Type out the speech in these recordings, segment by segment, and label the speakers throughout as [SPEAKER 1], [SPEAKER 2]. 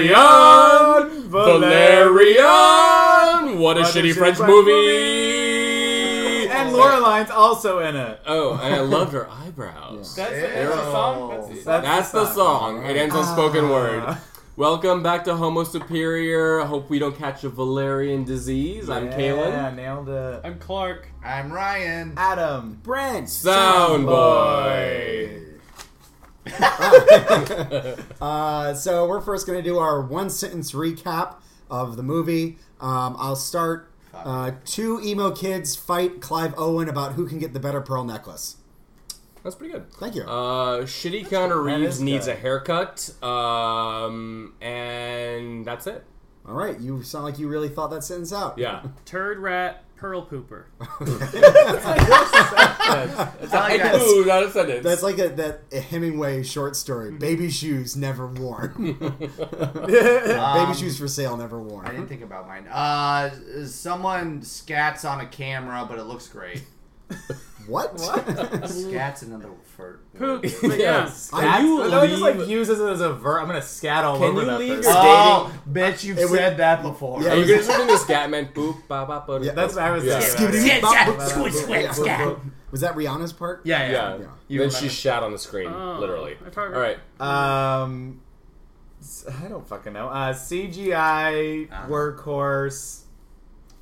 [SPEAKER 1] Valerian!
[SPEAKER 2] Valerian! What a
[SPEAKER 1] What
[SPEAKER 2] shitty French, movie!
[SPEAKER 1] And Loreline's also in it.
[SPEAKER 2] Oh, and I loved her eyebrows.
[SPEAKER 3] That's,
[SPEAKER 4] Yeah.
[SPEAKER 3] that's a song.
[SPEAKER 4] Oh.
[SPEAKER 3] That's a song.
[SPEAKER 1] That's-
[SPEAKER 2] That's the song. It ends on spoken
[SPEAKER 1] Ah.
[SPEAKER 2] word. Welcome back to Homo Superior. I hope we don't catch a Valerian disease. I'm
[SPEAKER 1] Yeah,
[SPEAKER 2] Kalen.
[SPEAKER 1] nailed it.
[SPEAKER 3] I'm Clark.
[SPEAKER 4] I'm Ryan.
[SPEAKER 1] Adam.
[SPEAKER 4] Brent.
[SPEAKER 2] Sound boy.
[SPEAKER 4] Uh, so we're first going to do our one sentence recap of the movie. Um, I'll start. Uh, two emo kids fight Clive Owen about who can get the better pearl necklace.
[SPEAKER 2] That's pretty good.
[SPEAKER 4] Thank you.
[SPEAKER 2] Uh, shitty Keanu
[SPEAKER 1] That
[SPEAKER 2] Reeves
[SPEAKER 1] is
[SPEAKER 2] needs
[SPEAKER 1] good.
[SPEAKER 2] a haircut. Um, and that's it.
[SPEAKER 4] All right, you sound like you really thought that sentence out.
[SPEAKER 2] Yeah.
[SPEAKER 3] Turd rat, pearl pooper.
[SPEAKER 2] I
[SPEAKER 4] guess.
[SPEAKER 2] do, not a sentence.
[SPEAKER 4] That's like a that a Hemingway short story. Baby shoes never worn. Baby shoes for sale never
[SPEAKER 5] Um, I didn't
[SPEAKER 4] worn.
[SPEAKER 5] think about mine. Uh, someone scats on a camera, but it looks great.
[SPEAKER 4] What?
[SPEAKER 5] Scats another for
[SPEAKER 3] Poop. But yeah.
[SPEAKER 2] yes.
[SPEAKER 4] That's-
[SPEAKER 2] Can you
[SPEAKER 1] No, he just like
[SPEAKER 2] leave-
[SPEAKER 1] uses it as a verb. I'm gonna scat all
[SPEAKER 2] Can
[SPEAKER 1] over
[SPEAKER 2] you
[SPEAKER 1] that.
[SPEAKER 2] leave
[SPEAKER 1] thing. Uh,
[SPEAKER 2] your-
[SPEAKER 5] Oh, bitch, you've
[SPEAKER 4] It would-
[SPEAKER 5] said that before.
[SPEAKER 4] Yeah.
[SPEAKER 2] Are you gonna do the Scatman boop ba ba ba?
[SPEAKER 4] Yeah,
[SPEAKER 1] That's what I was
[SPEAKER 2] Yeah.
[SPEAKER 1] thinking. about it.
[SPEAKER 4] Skibbity bop, bop,
[SPEAKER 1] squid,
[SPEAKER 4] bop,
[SPEAKER 1] squid,
[SPEAKER 4] bop,
[SPEAKER 1] scat.
[SPEAKER 4] bop, bop. Was that Rihanna's part?
[SPEAKER 5] yeah,
[SPEAKER 2] Yeah.
[SPEAKER 4] Yeah.
[SPEAKER 5] You
[SPEAKER 2] Then
[SPEAKER 5] remember.
[SPEAKER 2] she shat on the screen,
[SPEAKER 3] Oh,
[SPEAKER 2] literally.
[SPEAKER 3] I
[SPEAKER 2] All
[SPEAKER 3] probably-
[SPEAKER 2] right.
[SPEAKER 1] Um, s- I don't fucking know. Uh, CGI workhorse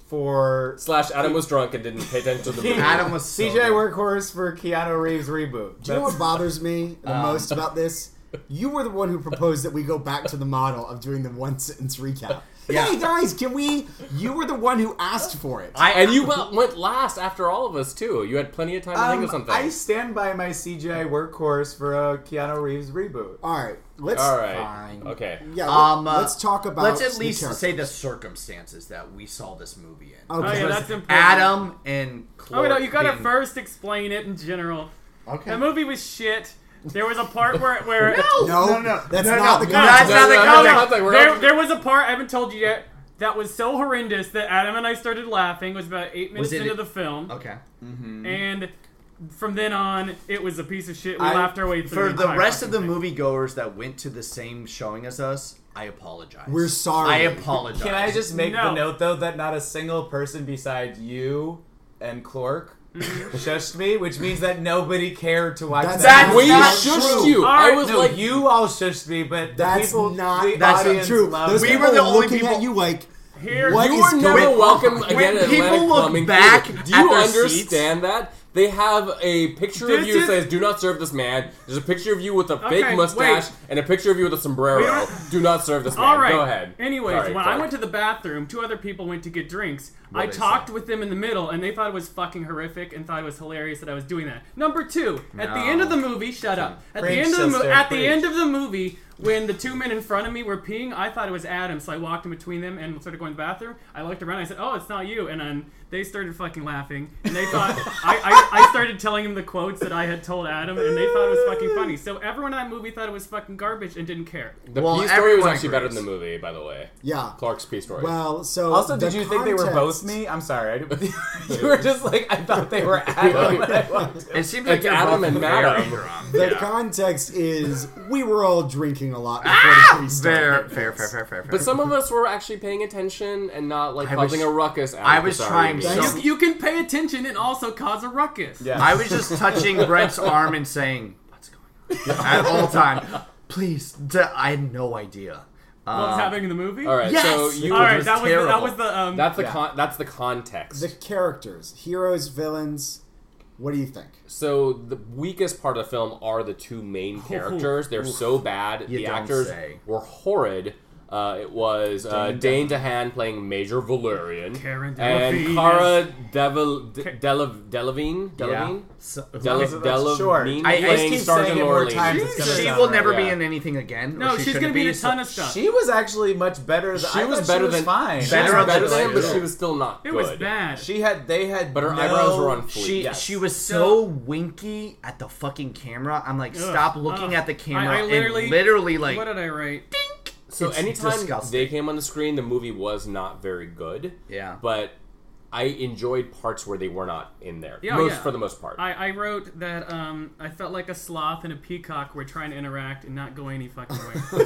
[SPEAKER 1] for
[SPEAKER 2] Slash Adam was drunk and didn't pay attention to the movie.
[SPEAKER 5] Adam was so
[SPEAKER 1] CGI
[SPEAKER 5] good.
[SPEAKER 1] workhorse for Keanu Reeves reboot.
[SPEAKER 4] Do you know
[SPEAKER 1] That's-
[SPEAKER 4] what bothers me the
[SPEAKER 5] Um,
[SPEAKER 4] most about this? You were the one who proposed that we go back to the model of doing the one sentence recap. Hey guys, can we? You were the one who asked for it.
[SPEAKER 2] I, and you went went last after all of us too. You had plenty of time to think of
[SPEAKER 1] Um,
[SPEAKER 2] something.
[SPEAKER 1] I stand by my CGI workhorse for a Keanu Reeves reboot.
[SPEAKER 4] All right, let's.
[SPEAKER 2] all right.
[SPEAKER 5] Fine.
[SPEAKER 2] Okay.
[SPEAKER 4] Yeah,
[SPEAKER 5] Um,
[SPEAKER 4] let,
[SPEAKER 5] uh,
[SPEAKER 4] us talk about.
[SPEAKER 5] Let's at
[SPEAKER 4] the
[SPEAKER 5] least
[SPEAKER 4] characters.
[SPEAKER 5] say the circumstances that we saw this movie in.
[SPEAKER 3] Oh
[SPEAKER 4] Okay.
[SPEAKER 3] yeah,
[SPEAKER 5] Because
[SPEAKER 3] that's important.
[SPEAKER 5] Adam and Clark.
[SPEAKER 3] Oh no, you gotta
[SPEAKER 5] being-
[SPEAKER 3] first explain it in general.
[SPEAKER 5] Okay.
[SPEAKER 3] That movie was shit. There was a part where where
[SPEAKER 4] No,
[SPEAKER 5] No, no,
[SPEAKER 4] that's
[SPEAKER 5] no,
[SPEAKER 4] not
[SPEAKER 5] no,
[SPEAKER 4] the context.
[SPEAKER 5] no, that's not the
[SPEAKER 2] No, no, no,
[SPEAKER 5] context.
[SPEAKER 2] no, no, no, we're
[SPEAKER 3] there,
[SPEAKER 2] not-
[SPEAKER 3] there was a part I haven't told you yet that was so horrendous that Adam and I started laughing. It was about eight minutes
[SPEAKER 5] Was it- Mm-hmm.
[SPEAKER 3] into the film,
[SPEAKER 5] Okay.
[SPEAKER 3] and from then on, it was a piece of shit. We
[SPEAKER 5] I-
[SPEAKER 3] laughed our way through.
[SPEAKER 5] For the
[SPEAKER 3] entire
[SPEAKER 5] rest of the
[SPEAKER 3] fucking thing.
[SPEAKER 5] moviegoers that went to the same showing as us, I apologize.
[SPEAKER 4] We're sorry.
[SPEAKER 5] I apologize.
[SPEAKER 1] Can I just make the
[SPEAKER 3] No.
[SPEAKER 1] note though that not a single person besides you and Clark
[SPEAKER 3] Mm-hmm.
[SPEAKER 1] shushed me, which means that nobody cared to watch
[SPEAKER 4] That's
[SPEAKER 1] that.
[SPEAKER 5] not
[SPEAKER 2] we
[SPEAKER 1] movie.
[SPEAKER 5] not
[SPEAKER 2] shushed
[SPEAKER 4] true.
[SPEAKER 2] you.
[SPEAKER 3] All
[SPEAKER 2] I
[SPEAKER 3] right,
[SPEAKER 2] was
[SPEAKER 1] no,
[SPEAKER 2] like
[SPEAKER 1] you all shushed me, but the
[SPEAKER 4] That's
[SPEAKER 1] people,
[SPEAKER 4] not-
[SPEAKER 1] the
[SPEAKER 5] that's not
[SPEAKER 1] audience
[SPEAKER 4] True.
[SPEAKER 1] loved
[SPEAKER 4] Those
[SPEAKER 1] it.
[SPEAKER 5] um, We
[SPEAKER 4] people
[SPEAKER 5] were the only
[SPEAKER 4] looking
[SPEAKER 5] people-
[SPEAKER 4] at you like,
[SPEAKER 3] Here,
[SPEAKER 4] what
[SPEAKER 2] You
[SPEAKER 4] is
[SPEAKER 2] were never
[SPEAKER 4] going
[SPEAKER 2] welcome
[SPEAKER 4] on?
[SPEAKER 2] again
[SPEAKER 5] When
[SPEAKER 2] at
[SPEAKER 5] people
[SPEAKER 2] Atlantic
[SPEAKER 5] look
[SPEAKER 2] Plumbing
[SPEAKER 5] back
[SPEAKER 2] Theater. Do
[SPEAKER 5] at
[SPEAKER 2] you
[SPEAKER 5] their
[SPEAKER 2] understand that? They have a picture of
[SPEAKER 3] This
[SPEAKER 2] you
[SPEAKER 3] is-
[SPEAKER 2] says "Do not serve this man." There's a picture of you with a
[SPEAKER 3] Okay,
[SPEAKER 2] fake mustache
[SPEAKER 3] wait.
[SPEAKER 2] and a picture of you with a sombrero. Do not serve this man.
[SPEAKER 3] All right.
[SPEAKER 2] Go ahead.
[SPEAKER 3] Anyways,
[SPEAKER 2] Sorry,
[SPEAKER 3] when I
[SPEAKER 2] Clark.
[SPEAKER 3] went to the bathroom, two other people went to get drinks. I
[SPEAKER 5] they
[SPEAKER 3] talked with them in the middle, and they thought it was fucking horrific, and thought it was hilarious that I was doing that. Number two, at the
[SPEAKER 5] No.
[SPEAKER 3] end of the movie, shut up. At
[SPEAKER 1] Preach,
[SPEAKER 3] the end of the mo-
[SPEAKER 1] sister,
[SPEAKER 3] at the
[SPEAKER 1] preach.
[SPEAKER 3] end of the movie, when the two men in front of me were peeing, I thought it was Adam, so I walked in between them and started going to the bathroom. I looked around, I said, "Oh, it's not you," and then they started fucking laughing, and they thought I, I I started telling them the quotes that I had told Adam, and they thought it was fucking funny. So everyone in that movie thought it was fucking garbage and didn't care.
[SPEAKER 2] the
[SPEAKER 5] Well,
[SPEAKER 2] pee story was
[SPEAKER 5] everyone
[SPEAKER 2] actually better
[SPEAKER 5] agrees.
[SPEAKER 2] than the movie, by the way.
[SPEAKER 4] yeah.
[SPEAKER 2] Clark's pee story.
[SPEAKER 4] Well, so
[SPEAKER 1] Also,
[SPEAKER 4] the
[SPEAKER 1] did you think they were both
[SPEAKER 4] context-
[SPEAKER 1] me? I'm sorry. I didn't- you were just like, I thought they were Adam. when I walked in.
[SPEAKER 5] It seems like
[SPEAKER 2] It's
[SPEAKER 5] you're
[SPEAKER 2] Adam
[SPEAKER 5] both
[SPEAKER 2] and
[SPEAKER 5] very
[SPEAKER 2] Madam.
[SPEAKER 5] drunk.
[SPEAKER 4] The
[SPEAKER 5] Yeah.
[SPEAKER 4] context is we were all drinking a lot before the movie started.
[SPEAKER 5] Ah! Fair, fair, fair, fair, fair, fair.
[SPEAKER 2] but some of us were actually paying attention and not like
[SPEAKER 5] I was-
[SPEAKER 2] causing a ruckus. Out
[SPEAKER 5] I
[SPEAKER 2] of
[SPEAKER 5] was
[SPEAKER 2] the
[SPEAKER 5] trying
[SPEAKER 2] sorry
[SPEAKER 5] so-
[SPEAKER 2] meeting.
[SPEAKER 3] You, you can pay attention and also cause a ruckus.
[SPEAKER 1] Yeah.
[SPEAKER 5] I was just touching Brent's arm and saying, "What's going on?" at all time. Please, d- I had no idea.
[SPEAKER 3] What was
[SPEAKER 5] Uh,
[SPEAKER 3] happening in the movie?
[SPEAKER 2] All right,
[SPEAKER 5] Yes!
[SPEAKER 2] so you.
[SPEAKER 3] All
[SPEAKER 5] It
[SPEAKER 3] right,
[SPEAKER 5] was
[SPEAKER 3] that was the, that
[SPEAKER 5] terrible.
[SPEAKER 3] was the um.
[SPEAKER 2] That's the
[SPEAKER 4] Yeah.
[SPEAKER 2] con- that's the context.
[SPEAKER 4] The characters, heroes, villains. What do you think?
[SPEAKER 2] So the weakest part of the film are the two main characters. They're so bad.
[SPEAKER 5] You
[SPEAKER 2] the
[SPEAKER 5] don't
[SPEAKER 2] actors
[SPEAKER 5] say.
[SPEAKER 2] were horrid. Uh, it was uh, Dane DeHaan playing Major Valerian
[SPEAKER 3] Karen
[SPEAKER 2] and
[SPEAKER 3] Delavine.
[SPEAKER 2] Cara Devil De- Dele- Delavine
[SPEAKER 5] yeah.
[SPEAKER 2] Delavine
[SPEAKER 5] So-
[SPEAKER 2] Dele-
[SPEAKER 1] so that's short.
[SPEAKER 2] Delavine
[SPEAKER 5] I- I just
[SPEAKER 2] playing
[SPEAKER 1] saying
[SPEAKER 5] keep
[SPEAKER 2] Sergeant
[SPEAKER 1] it more
[SPEAKER 2] Lorelei.
[SPEAKER 1] times.
[SPEAKER 2] She-
[SPEAKER 1] It's
[SPEAKER 5] she
[SPEAKER 1] gonna
[SPEAKER 5] will
[SPEAKER 1] sound
[SPEAKER 5] never
[SPEAKER 2] right.
[SPEAKER 5] be
[SPEAKER 2] Yeah.
[SPEAKER 5] in anything again. or
[SPEAKER 3] no,
[SPEAKER 5] she
[SPEAKER 3] she's
[SPEAKER 5] shouldn't
[SPEAKER 3] gonna be in a
[SPEAKER 5] so-
[SPEAKER 3] ton of stuff.
[SPEAKER 1] She was actually much better. Than, I
[SPEAKER 2] She was
[SPEAKER 1] thought
[SPEAKER 2] better
[SPEAKER 1] she was
[SPEAKER 2] than
[SPEAKER 1] fine.
[SPEAKER 2] She
[SPEAKER 5] Better
[SPEAKER 2] was better
[SPEAKER 5] than
[SPEAKER 2] than him, but
[SPEAKER 5] Lorelei.
[SPEAKER 2] she was still not
[SPEAKER 3] it
[SPEAKER 2] good.
[SPEAKER 3] was bad.
[SPEAKER 1] She had. They had.
[SPEAKER 2] But her
[SPEAKER 1] no-
[SPEAKER 2] eyebrows were on fleek.
[SPEAKER 5] She
[SPEAKER 2] Yes.
[SPEAKER 5] she was so
[SPEAKER 3] So-
[SPEAKER 5] winky at the fucking camera. I'm like,
[SPEAKER 3] Ugh,
[SPEAKER 5] stop looking
[SPEAKER 3] ugh.
[SPEAKER 5] at the camera
[SPEAKER 3] I- I
[SPEAKER 5] literally,
[SPEAKER 3] literally-
[SPEAKER 5] and literally like
[SPEAKER 3] what did I write?
[SPEAKER 2] So
[SPEAKER 5] It's
[SPEAKER 2] anytime
[SPEAKER 5] disgusting.
[SPEAKER 2] they came on the screen, the movie was not very good.
[SPEAKER 5] Yeah.
[SPEAKER 2] But I enjoyed parts where they were not in there.
[SPEAKER 3] Yeah,
[SPEAKER 2] most
[SPEAKER 3] yeah.
[SPEAKER 2] for the most part.
[SPEAKER 3] I, I wrote that um, I felt like a sloth and a peacock were trying to interact and not go any fucking way.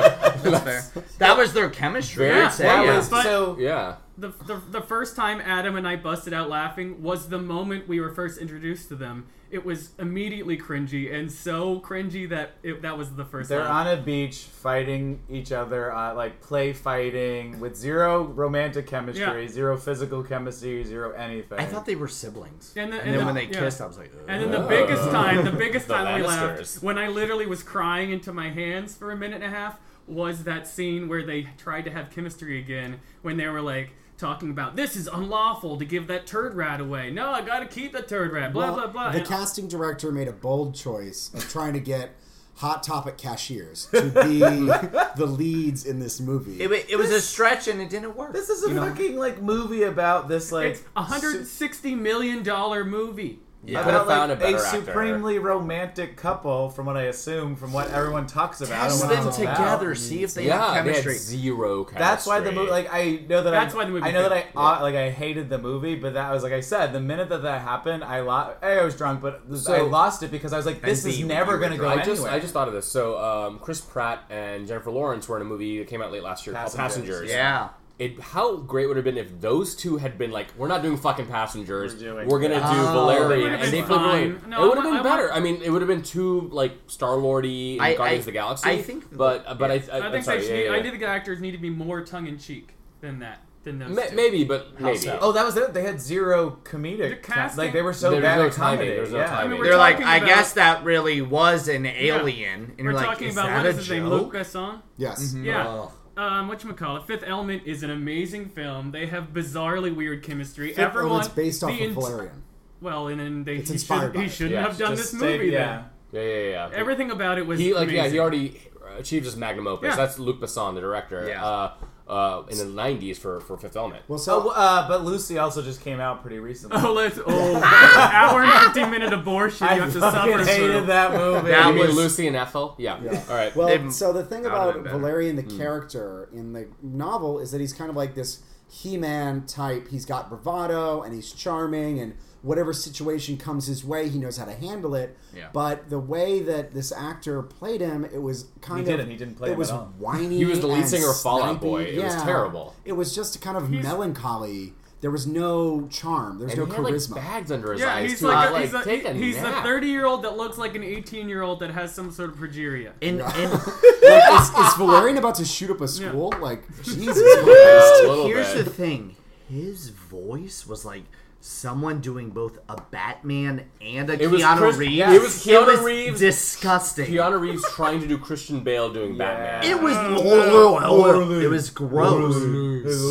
[SPEAKER 5] That's fair. That was their chemistry.
[SPEAKER 2] Very-
[SPEAKER 5] I'd say,
[SPEAKER 3] that
[SPEAKER 5] yeah.
[SPEAKER 3] was- But-
[SPEAKER 1] so
[SPEAKER 2] yeah.
[SPEAKER 3] the, the, the first time Adam and I busted out laughing was the moment we were first introduced to them. It was immediately cringy and so cringy that it, that was the first
[SPEAKER 1] They're
[SPEAKER 3] time.
[SPEAKER 1] on a beach fighting each other, uh, like play fighting with zero romantic chemistry,
[SPEAKER 3] Yeah.
[SPEAKER 1] zero physical chemistry, zero anything.
[SPEAKER 5] I thought they were siblings.
[SPEAKER 3] And then-
[SPEAKER 5] and
[SPEAKER 3] and
[SPEAKER 5] then
[SPEAKER 3] then-
[SPEAKER 5] when they
[SPEAKER 3] yeah.
[SPEAKER 5] kissed, I was like,
[SPEAKER 3] And then
[SPEAKER 5] "Ugh."
[SPEAKER 3] the biggest time, the biggest
[SPEAKER 2] The
[SPEAKER 3] time we laughed,
[SPEAKER 2] Lannisters.
[SPEAKER 3] when I literally was crying into my hands for a minute and a half, was that scene where they tried to have chemistry again when they were like talking about this is unlawful to give that turd rat away. No, I gotta keep the turd rat. Blah
[SPEAKER 4] Well,
[SPEAKER 3] blah blah.
[SPEAKER 4] The
[SPEAKER 3] And-
[SPEAKER 4] casting director made a bold choice of trying to get Hot Topic cashiers to be the leads in this movie.
[SPEAKER 5] it, wa- it was a stretch and it didn't work.
[SPEAKER 1] this is a
[SPEAKER 5] you know?
[SPEAKER 1] fucking like movie about this like
[SPEAKER 3] it's a hundred sixty million dollar movie.
[SPEAKER 2] Yeah.
[SPEAKER 1] about,
[SPEAKER 2] Could have found
[SPEAKER 1] uh, like,
[SPEAKER 2] a better actor.
[SPEAKER 1] supremely romantic couple, from what I assume, from what everyone talks about.
[SPEAKER 5] Test
[SPEAKER 1] and what
[SPEAKER 5] them
[SPEAKER 1] it's all about.
[SPEAKER 5] together, see if they
[SPEAKER 2] yeah,
[SPEAKER 5] have chemistry.
[SPEAKER 2] They had zero chemistry.
[SPEAKER 1] That's why the movie. Like I know that.
[SPEAKER 3] That's
[SPEAKER 1] I,
[SPEAKER 3] why the movie
[SPEAKER 1] I know that I
[SPEAKER 3] failed.
[SPEAKER 1] uh, like I hated the movie, but that was like I said. The minute that that happened, I lost. I was drunk, but th- I
[SPEAKER 2] So-
[SPEAKER 1] lost it because I was like, "This
[SPEAKER 5] And
[SPEAKER 1] is
[SPEAKER 5] B,
[SPEAKER 1] never
[SPEAKER 5] you were
[SPEAKER 1] going to go
[SPEAKER 2] I
[SPEAKER 1] anywhere."
[SPEAKER 2] just I just thought of this. So um, Chris Pratt and Jennifer Lawrence were in a movie that came out late last year called
[SPEAKER 1] Passengers.
[SPEAKER 2] Passengers.
[SPEAKER 5] yeah.
[SPEAKER 2] It, how great would it have been if those two had been like, we're not doing fucking passengers.
[SPEAKER 1] We're
[SPEAKER 2] We're,
[SPEAKER 1] doing-
[SPEAKER 2] gonna do
[SPEAKER 5] Oh. It
[SPEAKER 2] Valerian,
[SPEAKER 5] would've
[SPEAKER 2] and they
[SPEAKER 3] been
[SPEAKER 2] played Valerian.
[SPEAKER 3] fine. No,
[SPEAKER 2] it would have
[SPEAKER 3] I
[SPEAKER 2] been
[SPEAKER 3] want-
[SPEAKER 2] better. I mean, it would have been two like Star Lordy and
[SPEAKER 5] I-
[SPEAKER 2] Guardians
[SPEAKER 5] I-
[SPEAKER 2] of the Galaxy.
[SPEAKER 5] I think-
[SPEAKER 2] but uh, but I, I,
[SPEAKER 3] I
[SPEAKER 2] I'm
[SPEAKER 3] think
[SPEAKER 2] sorry,
[SPEAKER 3] they should
[SPEAKER 2] yeah,
[SPEAKER 3] need,
[SPEAKER 2] yeah,
[SPEAKER 3] I
[SPEAKER 2] yeah.
[SPEAKER 3] think the actors need to be more tongue in cheek than that than those
[SPEAKER 2] Ma-
[SPEAKER 3] two.
[SPEAKER 2] maybe, but maybe.
[SPEAKER 5] so?
[SPEAKER 1] Oh, that was it. They had zero comedic.
[SPEAKER 3] The
[SPEAKER 1] ca-
[SPEAKER 3] casting-
[SPEAKER 1] like they were so
[SPEAKER 2] There was
[SPEAKER 1] bad
[SPEAKER 2] no
[SPEAKER 1] at comedy.
[SPEAKER 2] timing, there was no
[SPEAKER 1] yeah.
[SPEAKER 2] timing.
[SPEAKER 1] I mean,
[SPEAKER 3] We're
[SPEAKER 5] They're like,
[SPEAKER 3] talking
[SPEAKER 5] I
[SPEAKER 3] about-
[SPEAKER 5] guess that really was an alien. And
[SPEAKER 3] We're
[SPEAKER 5] you're like,
[SPEAKER 3] talking
[SPEAKER 5] is
[SPEAKER 3] about
[SPEAKER 5] that
[SPEAKER 3] what is
[SPEAKER 5] a
[SPEAKER 3] his name, Luke
[SPEAKER 5] joke?
[SPEAKER 3] Besson.
[SPEAKER 4] yes.
[SPEAKER 3] Yeah.
[SPEAKER 5] Ugh.
[SPEAKER 3] um, whatchamacallit, Fifth Element is an amazing film. They have bizarrely weird chemistry.
[SPEAKER 4] Fifth
[SPEAKER 3] Everyone,
[SPEAKER 4] Element's based off
[SPEAKER 3] the
[SPEAKER 4] of
[SPEAKER 3] ent-
[SPEAKER 4] Valerian.
[SPEAKER 3] Well, and then they
[SPEAKER 4] It's
[SPEAKER 3] he,
[SPEAKER 4] inspired
[SPEAKER 3] should,
[SPEAKER 4] by
[SPEAKER 3] he
[SPEAKER 4] it.
[SPEAKER 3] shouldn't
[SPEAKER 1] Yeah,
[SPEAKER 3] have done
[SPEAKER 1] just
[SPEAKER 3] this
[SPEAKER 1] say-
[SPEAKER 3] movie.
[SPEAKER 1] yeah.
[SPEAKER 2] yeah, yeah, yeah.
[SPEAKER 3] Then everything about it was
[SPEAKER 2] he like yeah
[SPEAKER 3] amazing.
[SPEAKER 2] he already achieved his magnum opus.
[SPEAKER 3] Yeah.
[SPEAKER 2] That's Luc Besson, the director.
[SPEAKER 5] Yeah.
[SPEAKER 2] Uh, uh, in the '90s for for Fifth Element.
[SPEAKER 4] Well, so
[SPEAKER 1] So, uh, but Lucy also just came out pretty recently.
[SPEAKER 3] Oh, let's oh, hour and fifteen minute abortion.
[SPEAKER 1] I
[SPEAKER 3] you have to
[SPEAKER 1] fucking
[SPEAKER 3] suffer
[SPEAKER 1] hated
[SPEAKER 3] through.
[SPEAKER 1] that movie.
[SPEAKER 5] That
[SPEAKER 2] you mean
[SPEAKER 5] was-
[SPEAKER 2] Lucy and Ethel? Yeah. All right.
[SPEAKER 4] Well,
[SPEAKER 5] They've-
[SPEAKER 4] so the thing
[SPEAKER 5] that would've
[SPEAKER 4] about
[SPEAKER 5] been better.
[SPEAKER 4] Valerian,
[SPEAKER 2] Hmm.
[SPEAKER 4] the character in the novel, is that he's kind of like this He-Man type. He's got bravado and he's charming, and whatever situation comes his way, he knows how to handle it.
[SPEAKER 5] Yeah.
[SPEAKER 4] But the way that this actor played him, it was kind
[SPEAKER 1] He
[SPEAKER 4] of
[SPEAKER 1] didn't. He didn't play
[SPEAKER 4] It
[SPEAKER 1] him
[SPEAKER 4] was
[SPEAKER 1] at all.
[SPEAKER 4] whiny.
[SPEAKER 2] He was the lead
[SPEAKER 4] and
[SPEAKER 2] singer of Fall Out
[SPEAKER 4] snipey.
[SPEAKER 2] Boy. It was
[SPEAKER 4] Yeah.
[SPEAKER 2] terrible.
[SPEAKER 4] It was just a kind of
[SPEAKER 3] He's-
[SPEAKER 4] melancholy. There was no charm. There was
[SPEAKER 2] And
[SPEAKER 4] no
[SPEAKER 2] he had
[SPEAKER 4] charisma.
[SPEAKER 2] like bags under his
[SPEAKER 3] Yeah,
[SPEAKER 2] eyes
[SPEAKER 3] he's
[SPEAKER 2] too.
[SPEAKER 3] like,
[SPEAKER 2] Like,
[SPEAKER 3] a, he's, a,
[SPEAKER 2] take a
[SPEAKER 3] he's the
[SPEAKER 2] nap.
[SPEAKER 3] thirty year old that looks like an eighteen year old that has some sort of progeria.
[SPEAKER 5] In, in,
[SPEAKER 4] Like, is, is Valerian about to shoot up a school? Like Jesus Christ.
[SPEAKER 2] a little
[SPEAKER 5] Here's
[SPEAKER 2] bit.
[SPEAKER 5] the thing. His voice was like someone doing both a Batman and a
[SPEAKER 2] It was
[SPEAKER 5] Keanu
[SPEAKER 2] Chris-
[SPEAKER 5] Reeves.
[SPEAKER 2] yeah, it was Keanu Reeves-
[SPEAKER 5] Disgusting.
[SPEAKER 2] Keanu Reeves trying to do Christian Bale doing Batman.
[SPEAKER 5] it was it was gross.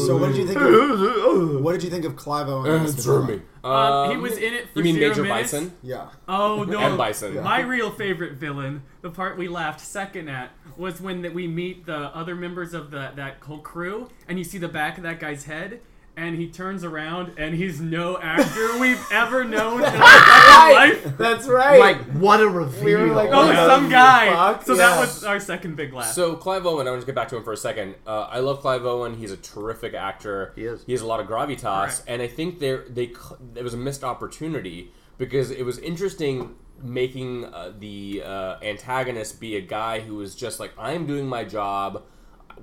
[SPEAKER 4] So what did you think? Of, what did you think of Clive Owen? as the villain?
[SPEAKER 3] Um, he was in it for
[SPEAKER 2] You mean
[SPEAKER 3] zero
[SPEAKER 2] Major
[SPEAKER 3] minutes.
[SPEAKER 2] Bison?
[SPEAKER 4] Yeah.
[SPEAKER 3] Oh no!
[SPEAKER 2] And Bison.
[SPEAKER 3] My real favorite villain, the part we laughed second at, was when that we meet the other members of the that whole crew, and you see the back of that guy's head, and he turns around, and he's no actor we've ever known in our fucking life.
[SPEAKER 1] That's
[SPEAKER 2] Oh
[SPEAKER 1] right.
[SPEAKER 5] Like what a reveal.
[SPEAKER 1] We were like,
[SPEAKER 3] Oh,
[SPEAKER 1] Yeah.
[SPEAKER 3] some guy.
[SPEAKER 1] Fuck,
[SPEAKER 3] so that
[SPEAKER 1] yeah.
[SPEAKER 3] was our second big laugh.
[SPEAKER 2] So Clive Owen, I want to get back to him for a second. Uh, I love Clive Owen. He's a terrific actor.
[SPEAKER 5] He is.
[SPEAKER 2] He has a lot of gravitas,
[SPEAKER 3] Right.
[SPEAKER 2] and I think there they c- there was a missed opportunity because it was interesting making uh, the uh, antagonist be a guy who was just like, I'm doing my job.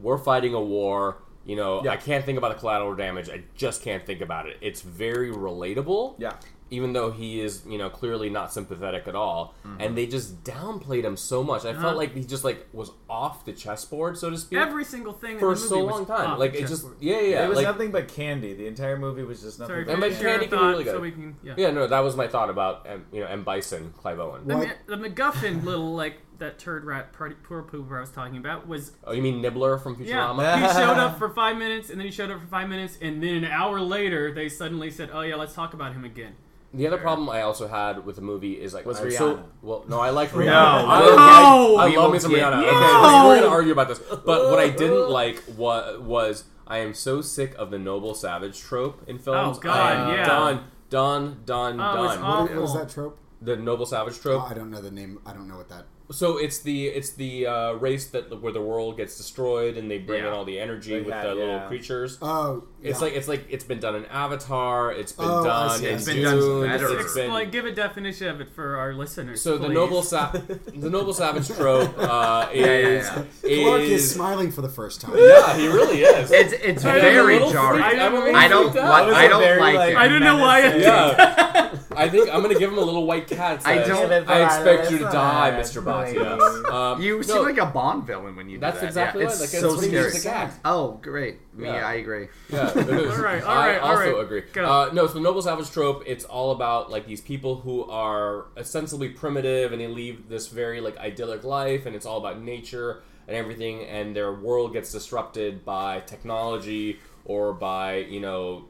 [SPEAKER 2] We're fighting a war. You know, I can't think about the collateral damage. I just can't think about it. It's very relatable
[SPEAKER 1] Yeah.
[SPEAKER 2] even though he is you know clearly not sympathetic at all and they just downplayed him so much i felt like he just like was off the chessboard so to speak
[SPEAKER 3] Every single thing
[SPEAKER 2] for
[SPEAKER 3] in the movie
[SPEAKER 2] so
[SPEAKER 3] was
[SPEAKER 2] long time
[SPEAKER 3] off
[SPEAKER 2] like
[SPEAKER 3] the
[SPEAKER 2] it just
[SPEAKER 3] chessboard.
[SPEAKER 2] yeah yeah
[SPEAKER 1] it was
[SPEAKER 2] like
[SPEAKER 1] nothing but candy. The entire movie was just nothing.
[SPEAKER 3] Sorry,
[SPEAKER 1] but
[SPEAKER 2] And my
[SPEAKER 3] finish your
[SPEAKER 2] candy can be
[SPEAKER 3] thought
[SPEAKER 2] really good.
[SPEAKER 3] so we can. Yeah.
[SPEAKER 2] yeah no that was my thought about um, you know m bison clive owen
[SPEAKER 4] Well,
[SPEAKER 3] The, Ma- the MacGuffin little like that turd rat party, poor pooper I was talking about was
[SPEAKER 2] oh you mean nibbler from futurama
[SPEAKER 3] Yeah, he showed up for five minutes, and then he showed up for five minutes, and then an hour later, they suddenly said, "Oh yeah, let's talk about him again."
[SPEAKER 2] the other problem i also had with the movie is like
[SPEAKER 1] Was
[SPEAKER 2] I'm so-
[SPEAKER 1] Rihanna.
[SPEAKER 2] well no i liked rihanna I,
[SPEAKER 5] no.
[SPEAKER 2] liked- I
[SPEAKER 5] We
[SPEAKER 2] love
[SPEAKER 5] will
[SPEAKER 2] me some
[SPEAKER 5] get-
[SPEAKER 2] rihanna
[SPEAKER 5] No.
[SPEAKER 2] okay we're gonna argue about this but what i didn't like was was i am so sick of the noble savage trope in films
[SPEAKER 3] Oh, God,
[SPEAKER 2] I am
[SPEAKER 3] yeah.
[SPEAKER 2] done done done
[SPEAKER 3] Oh, it's
[SPEAKER 2] done
[SPEAKER 3] awful.
[SPEAKER 4] What was that trope?
[SPEAKER 2] the noble savage
[SPEAKER 4] Oh,
[SPEAKER 2] trope.
[SPEAKER 4] I don't know the name. I don't know what that.
[SPEAKER 2] So it's the it's the uh, race that where the world gets destroyed and they bring in
[SPEAKER 3] Yeah.
[SPEAKER 2] all the energy
[SPEAKER 1] Like
[SPEAKER 2] with
[SPEAKER 1] that,
[SPEAKER 2] the little
[SPEAKER 1] yeah.
[SPEAKER 2] creatures.
[SPEAKER 4] Oh,
[SPEAKER 2] It's
[SPEAKER 4] yeah.
[SPEAKER 2] like it's like it's been done in Avatar. It's been
[SPEAKER 4] Oh, I
[SPEAKER 2] done.
[SPEAKER 4] see.
[SPEAKER 2] in
[SPEAKER 4] It's
[SPEAKER 5] been done
[SPEAKER 2] Dune,
[SPEAKER 5] better.
[SPEAKER 2] it's been-
[SPEAKER 3] Explain, give a definition of it for our listeners.
[SPEAKER 2] so the
[SPEAKER 3] please.
[SPEAKER 2] noble sa- the noble savage trope uh,
[SPEAKER 5] yeah,
[SPEAKER 2] is
[SPEAKER 5] yeah.
[SPEAKER 4] Clark is,
[SPEAKER 2] is
[SPEAKER 4] smiling for the first time.
[SPEAKER 2] yeah he really is.
[SPEAKER 5] It's it's
[SPEAKER 3] I'm a
[SPEAKER 5] very
[SPEAKER 2] little
[SPEAKER 5] jarring.
[SPEAKER 3] freaked out.
[SPEAKER 5] I don't
[SPEAKER 2] freaked out.
[SPEAKER 5] like.
[SPEAKER 1] That was
[SPEAKER 5] I
[SPEAKER 1] a
[SPEAKER 5] don't
[SPEAKER 1] very,
[SPEAKER 5] like.
[SPEAKER 1] like-
[SPEAKER 5] it.
[SPEAKER 3] I don't know why. I did.
[SPEAKER 2] Yeah, I think I'm gonna give him a little white cat.
[SPEAKER 5] I
[SPEAKER 2] says,
[SPEAKER 5] don't-
[SPEAKER 2] I expect you to die, Mr.
[SPEAKER 1] Please.
[SPEAKER 2] Bhatia. Um,
[SPEAKER 5] You
[SPEAKER 2] no,
[SPEAKER 5] seem like a Bond villain when you do
[SPEAKER 2] That's
[SPEAKER 5] that.
[SPEAKER 2] exactly
[SPEAKER 5] yeah,
[SPEAKER 2] right.
[SPEAKER 5] It's
[SPEAKER 2] Like,
[SPEAKER 5] so
[SPEAKER 2] that's what he
[SPEAKER 5] scary.
[SPEAKER 2] needs to act.
[SPEAKER 5] Oh, great. Me,
[SPEAKER 2] Yeah.
[SPEAKER 5] I agree.
[SPEAKER 2] Yeah, it is.
[SPEAKER 3] All right, all
[SPEAKER 2] I
[SPEAKER 3] right, all
[SPEAKER 2] also
[SPEAKER 3] right.
[SPEAKER 2] agree.
[SPEAKER 3] Go.
[SPEAKER 2] Uh, no, so the noble savage trope. It's all about like these people who are ostensibly primitive, and they lead this very like idyllic life, and it's all about nature and everything, and their world gets disrupted by technology or by you know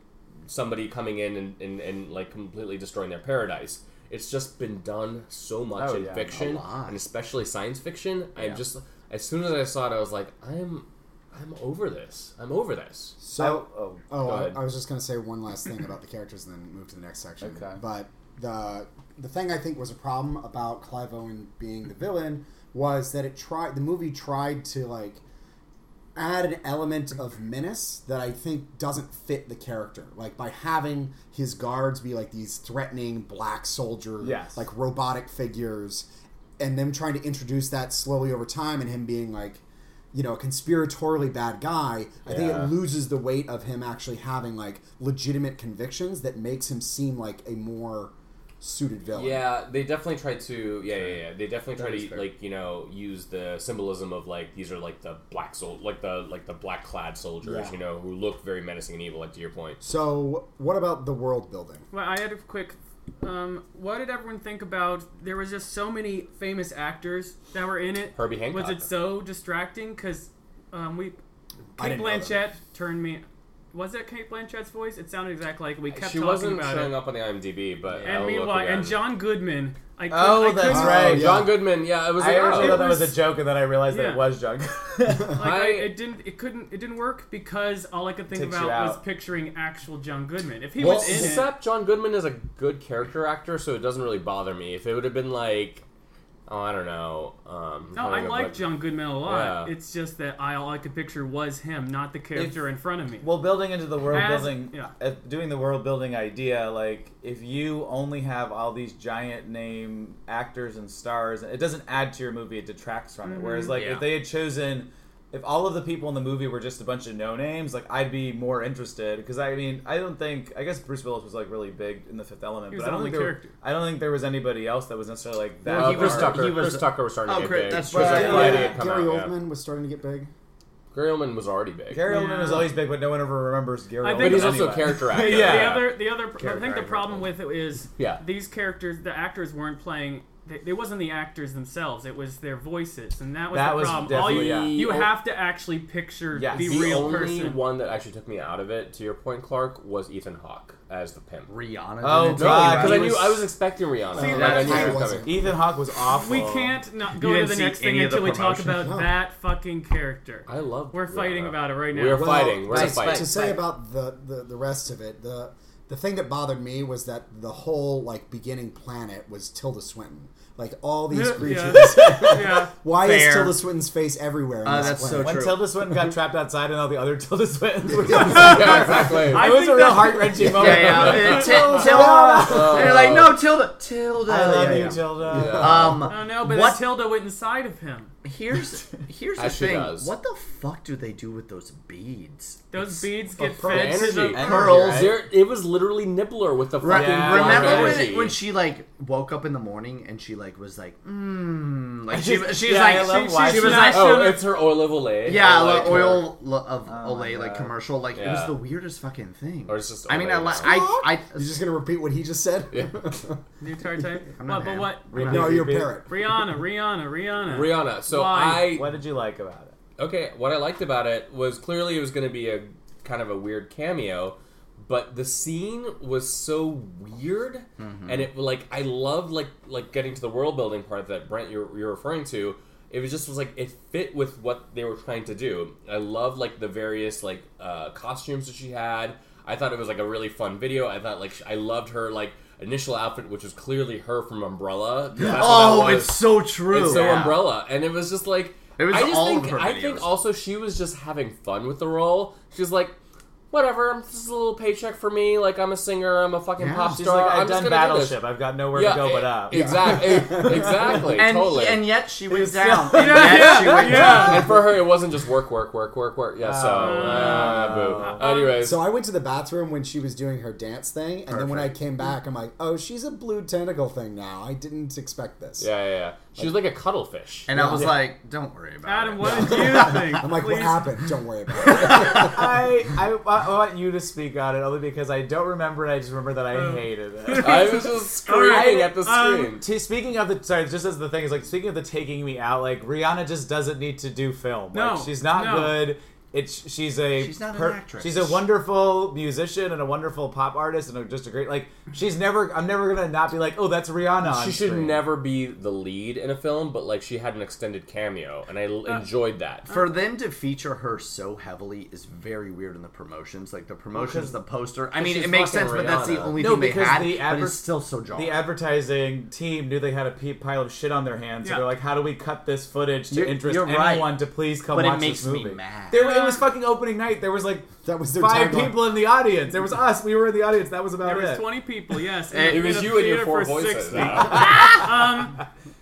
[SPEAKER 2] somebody coming in and, and, and like completely destroying their paradise. It's just been done so much
[SPEAKER 1] Oh,
[SPEAKER 2] in
[SPEAKER 1] yeah,
[SPEAKER 2] fiction,
[SPEAKER 5] a lot.
[SPEAKER 2] and especially science fiction. I'm just as soon as I saw it, I was like, I'm I'm over this. I'm over this.
[SPEAKER 4] So,
[SPEAKER 1] oh,
[SPEAKER 4] oh,
[SPEAKER 2] go
[SPEAKER 4] I,
[SPEAKER 2] ahead.
[SPEAKER 4] I was just gonna say one last thing about the characters, and then move to the next section.
[SPEAKER 1] Okay.
[SPEAKER 4] But the the thing I think was a problem about Clive Owen being the villain was that it tried the movie tried to like add an element of menace that I think doesn't fit the character. Like by having his guards be like these threatening black soldier,
[SPEAKER 1] Yes.
[SPEAKER 4] like robotic figures, and them trying to introduce that slowly over time, and him being like, you know, a conspiratorially bad guy. I think it
[SPEAKER 1] Yeah.
[SPEAKER 4] loses the weight of him actually having like legitimate convictions that makes him seem like a more suited villain.
[SPEAKER 2] Yeah, they definitely try to. Yeah, yeah, yeah. They definitely
[SPEAKER 5] That
[SPEAKER 2] try
[SPEAKER 5] is
[SPEAKER 2] to
[SPEAKER 5] fair.
[SPEAKER 2] like you know use the symbolism of like these are like the black sol, like the like the black clad soldiers,
[SPEAKER 4] Yeah.
[SPEAKER 2] you know, who look very menacing and evil. Like to your point,
[SPEAKER 4] So, what about the world building?
[SPEAKER 3] Well, I had a quick. Um, what did everyone think about? There was just so many famous actors that were in it.
[SPEAKER 2] Herbie Hancock.
[SPEAKER 3] Was it so distracting? Because um, we, Kate
[SPEAKER 4] I didn't know that.
[SPEAKER 3] Blanchett turned me. Was that Kate Blanchett's voice? It sounded exactly like we kept
[SPEAKER 2] she
[SPEAKER 3] talking
[SPEAKER 2] wasn't
[SPEAKER 3] about
[SPEAKER 2] showing
[SPEAKER 3] it.
[SPEAKER 2] up on the IMDb, but I'll
[SPEAKER 3] And
[SPEAKER 2] look
[SPEAKER 3] meanwhile,
[SPEAKER 2] again.
[SPEAKER 3] and John Goodman. I couldn't,
[SPEAKER 1] Oh,
[SPEAKER 3] I
[SPEAKER 1] that's
[SPEAKER 3] couldn't-
[SPEAKER 1] right.
[SPEAKER 4] Oh, yeah.
[SPEAKER 2] John Goodman. Yeah, it was.
[SPEAKER 1] I
[SPEAKER 2] Like,
[SPEAKER 1] originally
[SPEAKER 2] oh.
[SPEAKER 1] thought that was a joke, and then I realized that
[SPEAKER 3] Yeah.
[SPEAKER 1] it was junk.
[SPEAKER 3] Like, I,
[SPEAKER 2] I-
[SPEAKER 3] it didn't. It couldn't. It didn't work because all I could think
[SPEAKER 1] Takes you
[SPEAKER 3] about was
[SPEAKER 1] out.
[SPEAKER 3] picturing actual John Goodman. If he
[SPEAKER 2] Well,
[SPEAKER 3] was in it,
[SPEAKER 2] except John Goodman is a good character actor, so it doesn't really bother me. If it would have been like, oh, I don't know. Um,
[SPEAKER 3] No, I like John Goodman a lot.
[SPEAKER 2] Yeah.
[SPEAKER 3] It's just that I all I could picture was him, not the character in front of me.
[SPEAKER 1] well, building into the world
[SPEAKER 3] As-
[SPEAKER 1] building,
[SPEAKER 3] yeah.
[SPEAKER 1] uh, doing the world building idea, like if you only have all these giant name actors and stars, it doesn't add to your movie; it detracts from
[SPEAKER 3] Mm-hmm.
[SPEAKER 1] it. Whereas, like
[SPEAKER 2] Yeah.
[SPEAKER 1] if they had chosen. If all of the people in the movie were just a bunch of no names, like I'd be more interested because I mean I don't think I guess Bruce Willis was like really big in the Fifth Element,
[SPEAKER 3] He was
[SPEAKER 1] but I
[SPEAKER 3] the
[SPEAKER 1] don't
[SPEAKER 3] only
[SPEAKER 1] think there,
[SPEAKER 3] character.
[SPEAKER 1] I don't think there was anybody else that was necessarily like that.
[SPEAKER 2] Uh,
[SPEAKER 5] he
[SPEAKER 2] Chris
[SPEAKER 5] was-
[SPEAKER 2] Tucker.
[SPEAKER 5] he was-
[SPEAKER 2] Chris Tucker was starting to
[SPEAKER 5] Oh,
[SPEAKER 2] get
[SPEAKER 5] Chris-
[SPEAKER 2] big.
[SPEAKER 5] that's
[SPEAKER 2] Chris
[SPEAKER 5] right.
[SPEAKER 2] Tucker
[SPEAKER 5] Yeah.
[SPEAKER 2] Friday had come
[SPEAKER 4] Gary
[SPEAKER 2] out, yeah.
[SPEAKER 4] Oldman was starting to get big.
[SPEAKER 2] Gary Oldman was already big.
[SPEAKER 1] Gary Oldman
[SPEAKER 3] Yeah.
[SPEAKER 1] was always big, but no one ever remembers Gary.
[SPEAKER 3] I
[SPEAKER 1] Oldman
[SPEAKER 3] think-
[SPEAKER 2] but he's
[SPEAKER 1] anyway.
[SPEAKER 2] also a character actor.
[SPEAKER 1] Yeah.
[SPEAKER 3] The other, the other, I think the
[SPEAKER 5] Character
[SPEAKER 3] problem with it is
[SPEAKER 2] Yeah.
[SPEAKER 3] these characters, the actors weren't playing. they- It wasn't the actors themselves; it was their voices, and that was
[SPEAKER 1] That
[SPEAKER 3] the
[SPEAKER 1] was
[SPEAKER 3] problem. All you,
[SPEAKER 1] definitely- yeah.
[SPEAKER 3] you
[SPEAKER 2] The o-
[SPEAKER 3] have to actually picture
[SPEAKER 1] Yes.
[SPEAKER 3] the,
[SPEAKER 2] The
[SPEAKER 3] real
[SPEAKER 2] only
[SPEAKER 3] person.
[SPEAKER 2] one that actually took me out of it, to your point, Clark, was Ethan Hawke as the pimp.
[SPEAKER 5] Rihanna.
[SPEAKER 1] Oh,
[SPEAKER 5] did it too,
[SPEAKER 1] God,
[SPEAKER 5] right?
[SPEAKER 2] because I
[SPEAKER 1] he
[SPEAKER 2] knew
[SPEAKER 1] was-
[SPEAKER 2] I was expecting Rihanna.
[SPEAKER 3] See,
[SPEAKER 2] like, I
[SPEAKER 5] that's-
[SPEAKER 2] knew she
[SPEAKER 4] I
[SPEAKER 2] was
[SPEAKER 4] wasn't.
[SPEAKER 2] coming.
[SPEAKER 1] Ethan Hawke was awful.
[SPEAKER 3] We can't not go
[SPEAKER 5] You
[SPEAKER 3] to
[SPEAKER 5] didn't
[SPEAKER 3] the
[SPEAKER 5] see
[SPEAKER 3] next thing
[SPEAKER 5] any of the
[SPEAKER 3] until we talk
[SPEAKER 5] promotion.
[SPEAKER 3] about that fucking character.
[SPEAKER 2] I love.
[SPEAKER 3] We're fighting
[SPEAKER 2] Rihanna.
[SPEAKER 3] about it right now.
[SPEAKER 2] We're
[SPEAKER 4] Well,
[SPEAKER 2] fighting. We're
[SPEAKER 4] to,
[SPEAKER 2] in a fight.
[SPEAKER 4] to say
[SPEAKER 6] fight.
[SPEAKER 4] about the, the the rest of it, the the thing that bothered me was that the whole like beginning planet was Tilda Swinton. Like all these
[SPEAKER 3] Yeah.
[SPEAKER 4] creatures.
[SPEAKER 3] yeah.
[SPEAKER 4] Why
[SPEAKER 5] Fair.
[SPEAKER 4] is Tilda Swinton's face everywhere? in
[SPEAKER 5] Uh,
[SPEAKER 4] this
[SPEAKER 5] that's so
[SPEAKER 4] planet?
[SPEAKER 1] When
[SPEAKER 5] True.
[SPEAKER 1] Tilda Swinton got trapped outside and all the other Tilda Swintons were
[SPEAKER 2] yeah, exactly.
[SPEAKER 3] I
[SPEAKER 1] it was
[SPEAKER 3] think
[SPEAKER 1] a real
[SPEAKER 3] that-
[SPEAKER 1] heart wrenching moment. Oh,
[SPEAKER 5] Yeah, yeah. Til- Tilda. They're
[SPEAKER 2] Oh,
[SPEAKER 5] like, no, Tilda. Tilda.
[SPEAKER 1] I love
[SPEAKER 5] Yeah,
[SPEAKER 1] you,
[SPEAKER 5] yeah.
[SPEAKER 1] Tilda.
[SPEAKER 5] Um,
[SPEAKER 3] I don't know, but
[SPEAKER 5] what?
[SPEAKER 3] then Tilda went inside of him.
[SPEAKER 5] here's here's the
[SPEAKER 2] As she
[SPEAKER 5] thing.
[SPEAKER 2] does.
[SPEAKER 5] What the fuck do they do with those beads?
[SPEAKER 3] Those
[SPEAKER 5] It's-
[SPEAKER 3] beads get Oh,
[SPEAKER 1] pearl
[SPEAKER 3] fed to the
[SPEAKER 2] energy.
[SPEAKER 5] Pearls.
[SPEAKER 1] Right?
[SPEAKER 2] There, it was literally Nibbler with the
[SPEAKER 5] Re-
[SPEAKER 2] fucking.
[SPEAKER 1] Yeah.
[SPEAKER 2] black
[SPEAKER 5] Remember
[SPEAKER 2] energy.
[SPEAKER 5] when, when she like woke up in the morning and she like was like, mmm, like she,
[SPEAKER 1] just-
[SPEAKER 5] she's
[SPEAKER 1] yeah, I love
[SPEAKER 5] like
[SPEAKER 1] why
[SPEAKER 5] she, she
[SPEAKER 1] she
[SPEAKER 5] was
[SPEAKER 1] does
[SPEAKER 5] like,
[SPEAKER 2] Oh, it's her oil of Olay.
[SPEAKER 5] Yeah,
[SPEAKER 2] I
[SPEAKER 5] like
[SPEAKER 2] like her.
[SPEAKER 5] oil lo- of
[SPEAKER 1] Oh my
[SPEAKER 5] Olay like
[SPEAKER 1] God.
[SPEAKER 5] commercial. Like it was
[SPEAKER 2] Yeah.
[SPEAKER 5] the weirdest fucking thing.
[SPEAKER 2] Or it's just
[SPEAKER 5] I mean, I
[SPEAKER 2] Olay.
[SPEAKER 5] like I I.
[SPEAKER 4] You're just gonna repeat what he just said?
[SPEAKER 3] the entire time. But,
[SPEAKER 5] I'm not
[SPEAKER 3] but
[SPEAKER 5] mad.
[SPEAKER 3] what?
[SPEAKER 5] I'm not
[SPEAKER 4] no,
[SPEAKER 5] mad.
[SPEAKER 4] you're a
[SPEAKER 1] Repeat.
[SPEAKER 4] parrot.
[SPEAKER 3] Rihanna, Rihanna, Rihanna.
[SPEAKER 2] Rihanna. So
[SPEAKER 3] Why?
[SPEAKER 2] I
[SPEAKER 1] What did you like about it?
[SPEAKER 2] Okay, what I liked about it was clearly it was going to be a kind of a weird cameo, but the scene was so weird,
[SPEAKER 5] Mm-hmm.
[SPEAKER 2] and it like I loved like like getting to the world building part that Brent you're, you're referring to. It was just was like it fit with what they were trying to do. I loved like the various like uh, costumes that she had. I thought it was like a really fun video. I thought like sh- I loved her like initial outfit, which was clearly her from Umbrella. 'cause that's what that
[SPEAKER 5] Oh,
[SPEAKER 2] was.
[SPEAKER 5] it's so true.
[SPEAKER 2] It's so
[SPEAKER 5] Yeah.
[SPEAKER 2] umbrella, and it was just like
[SPEAKER 5] It was
[SPEAKER 2] I just
[SPEAKER 5] all
[SPEAKER 2] think
[SPEAKER 5] of her
[SPEAKER 2] I think
[SPEAKER 5] videos.
[SPEAKER 2] also she was just having fun with the role. She was like, whatever, this is a little paycheck for me. Like I'm a singer, I'm a fucking
[SPEAKER 5] Yeah.
[SPEAKER 2] pop
[SPEAKER 5] She's
[SPEAKER 1] She's
[SPEAKER 2] star.
[SPEAKER 1] like, I've
[SPEAKER 2] I'm just
[SPEAKER 1] done
[SPEAKER 2] gonna do this."
[SPEAKER 1] Battleship. I've got nowhere
[SPEAKER 2] Yeah,
[SPEAKER 1] to go but
[SPEAKER 2] e-
[SPEAKER 1] up.
[SPEAKER 2] Exactly, exactly,
[SPEAKER 5] And,
[SPEAKER 2] totally.
[SPEAKER 5] and yet she went down.
[SPEAKER 3] Yeah,
[SPEAKER 5] And yet she went
[SPEAKER 3] yeah.
[SPEAKER 5] down.
[SPEAKER 2] And for her, it wasn't just work, work, work, work, work. Yeah. So, uh, boo. Anyways,
[SPEAKER 4] So I went to the bathroom when she was doing her dance thing, and then when I came back, I'm like, oh, she's a blue tentacle thing now. I didn't expect this.
[SPEAKER 2] yeah, yeah, yeah. She was like a cuttlefish.
[SPEAKER 5] And I was like, don't worry about
[SPEAKER 3] Adam,
[SPEAKER 5] it.
[SPEAKER 3] what did you think?
[SPEAKER 4] I'm like,
[SPEAKER 3] Please.
[SPEAKER 4] what happened? Don't worry about it.
[SPEAKER 1] I, I, I want you to speak on it only because I don't remember it. I just remember that
[SPEAKER 2] Oh.
[SPEAKER 1] I hated it.
[SPEAKER 2] I was just screaming
[SPEAKER 3] Alright,
[SPEAKER 2] at the
[SPEAKER 3] um,
[SPEAKER 2] screen.
[SPEAKER 1] T- speaking of the sorry, just as the thing is like speaking of the taking me out, like Rihanna just doesn't need to do film.
[SPEAKER 3] No,
[SPEAKER 1] like, she's not
[SPEAKER 3] no.
[SPEAKER 1] good. It's she's a
[SPEAKER 5] She's not an actress.
[SPEAKER 1] She's a wonderful musician and a wonderful pop artist and a, just a great like. She's never. I'm never gonna not be like, oh, that's Rihanna. on
[SPEAKER 2] she should
[SPEAKER 1] screen.
[SPEAKER 2] never be the lead in a film, but like she had an extended cameo, and I l-
[SPEAKER 3] Uh,
[SPEAKER 2] enjoyed that.
[SPEAKER 5] For them to feature her so heavily is very weird in the promotions. Like the promotions, the poster. I mean,
[SPEAKER 2] she's
[SPEAKER 5] it makes
[SPEAKER 2] fucking
[SPEAKER 5] sense, but that's the
[SPEAKER 2] Rihanna.
[SPEAKER 5] only
[SPEAKER 1] No,
[SPEAKER 5] thing they
[SPEAKER 1] because
[SPEAKER 5] had.
[SPEAKER 1] the
[SPEAKER 5] but
[SPEAKER 1] adver-
[SPEAKER 5] it's still so jarring.
[SPEAKER 1] The advertising team knew they had a pe- pile of shit on their hands, so
[SPEAKER 3] Yeah.
[SPEAKER 1] they're like, "How do we cut this footage to
[SPEAKER 5] You're-
[SPEAKER 1] interest
[SPEAKER 5] you're right.
[SPEAKER 1] anyone to please come
[SPEAKER 5] But it
[SPEAKER 1] watch
[SPEAKER 5] makes
[SPEAKER 1] this
[SPEAKER 5] me
[SPEAKER 1] movie?"
[SPEAKER 5] mad.
[SPEAKER 1] There, it was fucking opening night. There was like
[SPEAKER 4] That was their
[SPEAKER 1] five
[SPEAKER 4] tagline.
[SPEAKER 1] people in the audience. There was us. We were in the audience. That was about
[SPEAKER 3] There
[SPEAKER 1] it.
[SPEAKER 3] was 20 people, yes.
[SPEAKER 5] It
[SPEAKER 3] in a-
[SPEAKER 2] It was
[SPEAKER 3] in a
[SPEAKER 2] you and your
[SPEAKER 3] theater
[SPEAKER 2] four
[SPEAKER 3] for
[SPEAKER 2] voices.
[SPEAKER 3] 60.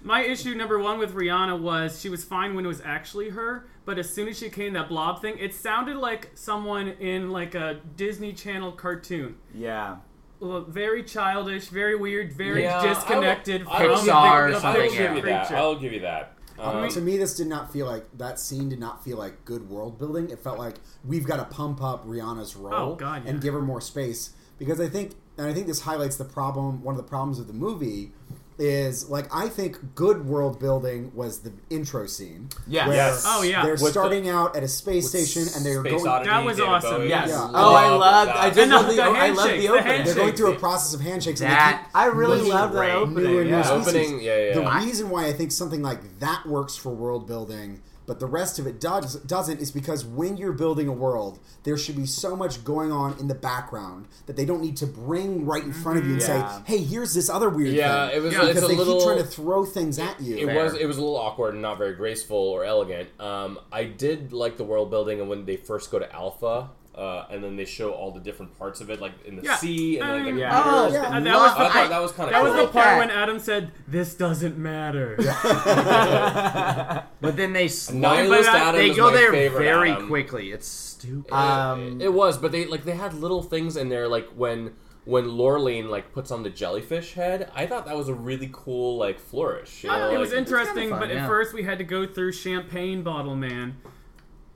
[SPEAKER 3] My issue number one with Rihanna was she was fine when it was actually her, but as soon as she came that blob thing, it sounded like someone in like a Disney Channel cartoon.
[SPEAKER 1] yeah.
[SPEAKER 3] Well, very childish, very weird, very
[SPEAKER 2] Yeah, I will-
[SPEAKER 3] disconnected
[SPEAKER 2] I will-
[SPEAKER 3] from
[SPEAKER 5] Pixar
[SPEAKER 3] the,
[SPEAKER 5] or
[SPEAKER 3] the
[SPEAKER 5] something,
[SPEAKER 2] I'll
[SPEAKER 3] picture.
[SPEAKER 2] give you that.
[SPEAKER 3] creature.
[SPEAKER 2] I'll give you that. Um,
[SPEAKER 4] Uh, to me, this did not feel like that scene did not feel like good world building. It felt like we've got to pump up Rihanna's role
[SPEAKER 3] Oh, God, yeah.
[SPEAKER 4] and give her more space because I think and I think this highlights the problem. One of the problems of the movie is like I think good world building was the intro scene.
[SPEAKER 1] Yes.
[SPEAKER 4] where
[SPEAKER 1] Yes.
[SPEAKER 3] Oh, yeah.
[SPEAKER 4] They're
[SPEAKER 3] With
[SPEAKER 2] the-
[SPEAKER 4] starting out at a space station and they're
[SPEAKER 2] Space
[SPEAKER 4] going.
[SPEAKER 2] Oddity,
[SPEAKER 3] That was
[SPEAKER 2] David
[SPEAKER 3] awesome.
[SPEAKER 2] Bowie.
[SPEAKER 1] Yes.
[SPEAKER 4] Yeah.
[SPEAKER 1] Oh, I
[SPEAKER 2] Love
[SPEAKER 1] loved.
[SPEAKER 2] that.
[SPEAKER 1] I just
[SPEAKER 3] And the-
[SPEAKER 1] loved the.
[SPEAKER 3] the
[SPEAKER 1] I loved
[SPEAKER 3] handshakes,
[SPEAKER 1] the
[SPEAKER 3] the
[SPEAKER 1] opening.
[SPEAKER 4] They're going through a
[SPEAKER 3] Shakespeare.
[SPEAKER 4] process of handshakes. and they
[SPEAKER 5] That
[SPEAKER 4] keep
[SPEAKER 1] I really
[SPEAKER 4] looking
[SPEAKER 1] love that
[SPEAKER 5] great.
[SPEAKER 4] New
[SPEAKER 1] opening.
[SPEAKER 4] and
[SPEAKER 1] Yeah.
[SPEAKER 4] new species.
[SPEAKER 2] Opening, yeah, yeah,
[SPEAKER 4] The
[SPEAKER 2] yeah.
[SPEAKER 4] reason why I think something like that works for world building, but the rest of it does, doesn't, is because when you're building a world, there should be so much going on in the background that they don't need to bring right in front of you and
[SPEAKER 1] Yeah.
[SPEAKER 4] say, "Hey, here's this other weird
[SPEAKER 2] Yeah,
[SPEAKER 4] thing."
[SPEAKER 2] it was-
[SPEAKER 4] because
[SPEAKER 2] it's a
[SPEAKER 4] they
[SPEAKER 2] little-
[SPEAKER 4] keep trying to throw things at you.
[SPEAKER 2] It
[SPEAKER 5] Fair.
[SPEAKER 2] was it was a little awkward and not very graceful or elegant. Um, I did like the world building and when they first go to Alpha, uh, and then they show all the different parts of it, like in the
[SPEAKER 3] Yeah. Um,
[SPEAKER 2] sea and like the
[SPEAKER 3] Yeah.
[SPEAKER 2] computers.
[SPEAKER 5] Oh,
[SPEAKER 4] yeah.
[SPEAKER 5] I
[SPEAKER 3] That was
[SPEAKER 5] love-
[SPEAKER 3] the-
[SPEAKER 2] I
[SPEAKER 5] I-
[SPEAKER 2] thought that was kind of
[SPEAKER 3] That was
[SPEAKER 2] cool.
[SPEAKER 3] the
[SPEAKER 5] like
[SPEAKER 3] part
[SPEAKER 5] that.
[SPEAKER 3] when Adam said, "This doesn't matter."
[SPEAKER 5] But then they
[SPEAKER 2] Nihilist
[SPEAKER 5] slowly,
[SPEAKER 2] Adam
[SPEAKER 5] they
[SPEAKER 2] is
[SPEAKER 5] go
[SPEAKER 2] my
[SPEAKER 5] there
[SPEAKER 2] favorite
[SPEAKER 5] very
[SPEAKER 2] Adam.
[SPEAKER 5] quickly. It's stupid.
[SPEAKER 2] Uh,
[SPEAKER 1] Um,
[SPEAKER 2] it, it was, but they like they had little things in there, like when when Lorleen like puts on the jellyfish head. I thought that was a really cool like flourish. you know,
[SPEAKER 3] it was
[SPEAKER 2] like-
[SPEAKER 3] interesting,
[SPEAKER 5] fun,
[SPEAKER 3] but at
[SPEAKER 5] yeah.
[SPEAKER 3] first we had to go through Champagne Bottle Man.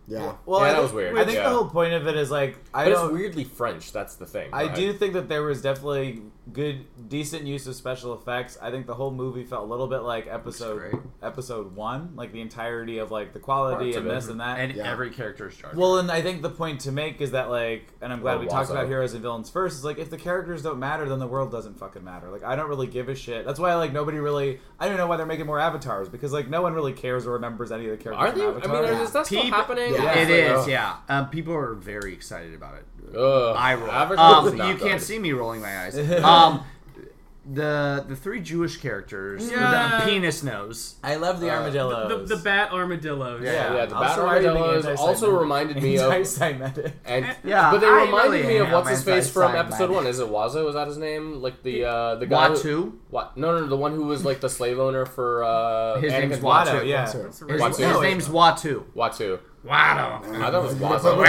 [SPEAKER 4] yeah.
[SPEAKER 1] Well,
[SPEAKER 2] Yeah,
[SPEAKER 1] I
[SPEAKER 2] that
[SPEAKER 1] think-
[SPEAKER 2] was weird,
[SPEAKER 1] I think
[SPEAKER 2] yeah.
[SPEAKER 1] the whole point of it is like I
[SPEAKER 2] But
[SPEAKER 1] don't.
[SPEAKER 2] it's weirdly French. That's the thing.
[SPEAKER 1] I
[SPEAKER 2] right?
[SPEAKER 1] do think that there was definitely good, decent use of special effects. I think the whole movie felt a little bit like
[SPEAKER 5] great.
[SPEAKER 1] episode episode one, like the entirety of like the quality
[SPEAKER 2] Parts
[SPEAKER 1] and
[SPEAKER 2] of it.
[SPEAKER 1] this and that.
[SPEAKER 5] and
[SPEAKER 4] yeah.
[SPEAKER 5] every character is jarring.
[SPEAKER 1] well, and I think the point to make is that like, and I'm glad
[SPEAKER 2] Well,
[SPEAKER 1] we talked
[SPEAKER 2] Wazo.
[SPEAKER 1] about heroes and villains first. Is like if the characters don't matter, then the world doesn't fucking matter. Like I don't really give a shit. That's why like nobody really. I don't know why they're making more avatars because like no one really cares or remembers any of the characters.
[SPEAKER 2] Are they?
[SPEAKER 1] from
[SPEAKER 2] I
[SPEAKER 1] Avatar.
[SPEAKER 2] mean,
[SPEAKER 4] Yeah.
[SPEAKER 2] is that still
[SPEAKER 5] Peep-
[SPEAKER 2] happening?
[SPEAKER 4] Yeah.
[SPEAKER 5] it
[SPEAKER 2] It's like,
[SPEAKER 5] is, yeah. Um, people are very excited about it.
[SPEAKER 2] Ugh,
[SPEAKER 5] I roll.
[SPEAKER 2] Avatar's
[SPEAKER 5] Um,
[SPEAKER 2] not
[SPEAKER 5] you
[SPEAKER 2] done.
[SPEAKER 5] can't see me rolling my eyes. Um, the the three Jewish characters with
[SPEAKER 3] Yeah.
[SPEAKER 5] the penis nose.
[SPEAKER 1] I love the
[SPEAKER 3] The,
[SPEAKER 1] armadillos.
[SPEAKER 3] the bat armadillos.
[SPEAKER 5] Yeah.
[SPEAKER 2] uh, Yeah, the
[SPEAKER 1] Also,
[SPEAKER 2] battle
[SPEAKER 1] why are you being
[SPEAKER 2] armadillos also
[SPEAKER 1] anti-Semitic?
[SPEAKER 2] reminded me of
[SPEAKER 1] Anti-Semitic.
[SPEAKER 2] and
[SPEAKER 5] Yeah,
[SPEAKER 2] but they
[SPEAKER 5] I
[SPEAKER 2] reminded
[SPEAKER 5] really
[SPEAKER 2] me of
[SPEAKER 5] am
[SPEAKER 2] what's his face from
[SPEAKER 5] anti-Semitic.
[SPEAKER 2] episode one. Is it Wazo? Is that his name? Like the uh, the guy Who,
[SPEAKER 5] Watu.
[SPEAKER 2] what? No, no, no, the one who was like the slave owner for uh,
[SPEAKER 5] His name's
[SPEAKER 2] Anakin-
[SPEAKER 5] Watu.
[SPEAKER 1] Watto, yeah.
[SPEAKER 4] Sure.
[SPEAKER 5] His,
[SPEAKER 2] Watu.
[SPEAKER 5] his
[SPEAKER 2] No,
[SPEAKER 5] name's Watu.
[SPEAKER 2] Watu.
[SPEAKER 5] Watu.
[SPEAKER 2] I thought it was
[SPEAKER 4] But
[SPEAKER 2] Wazo.
[SPEAKER 4] wait,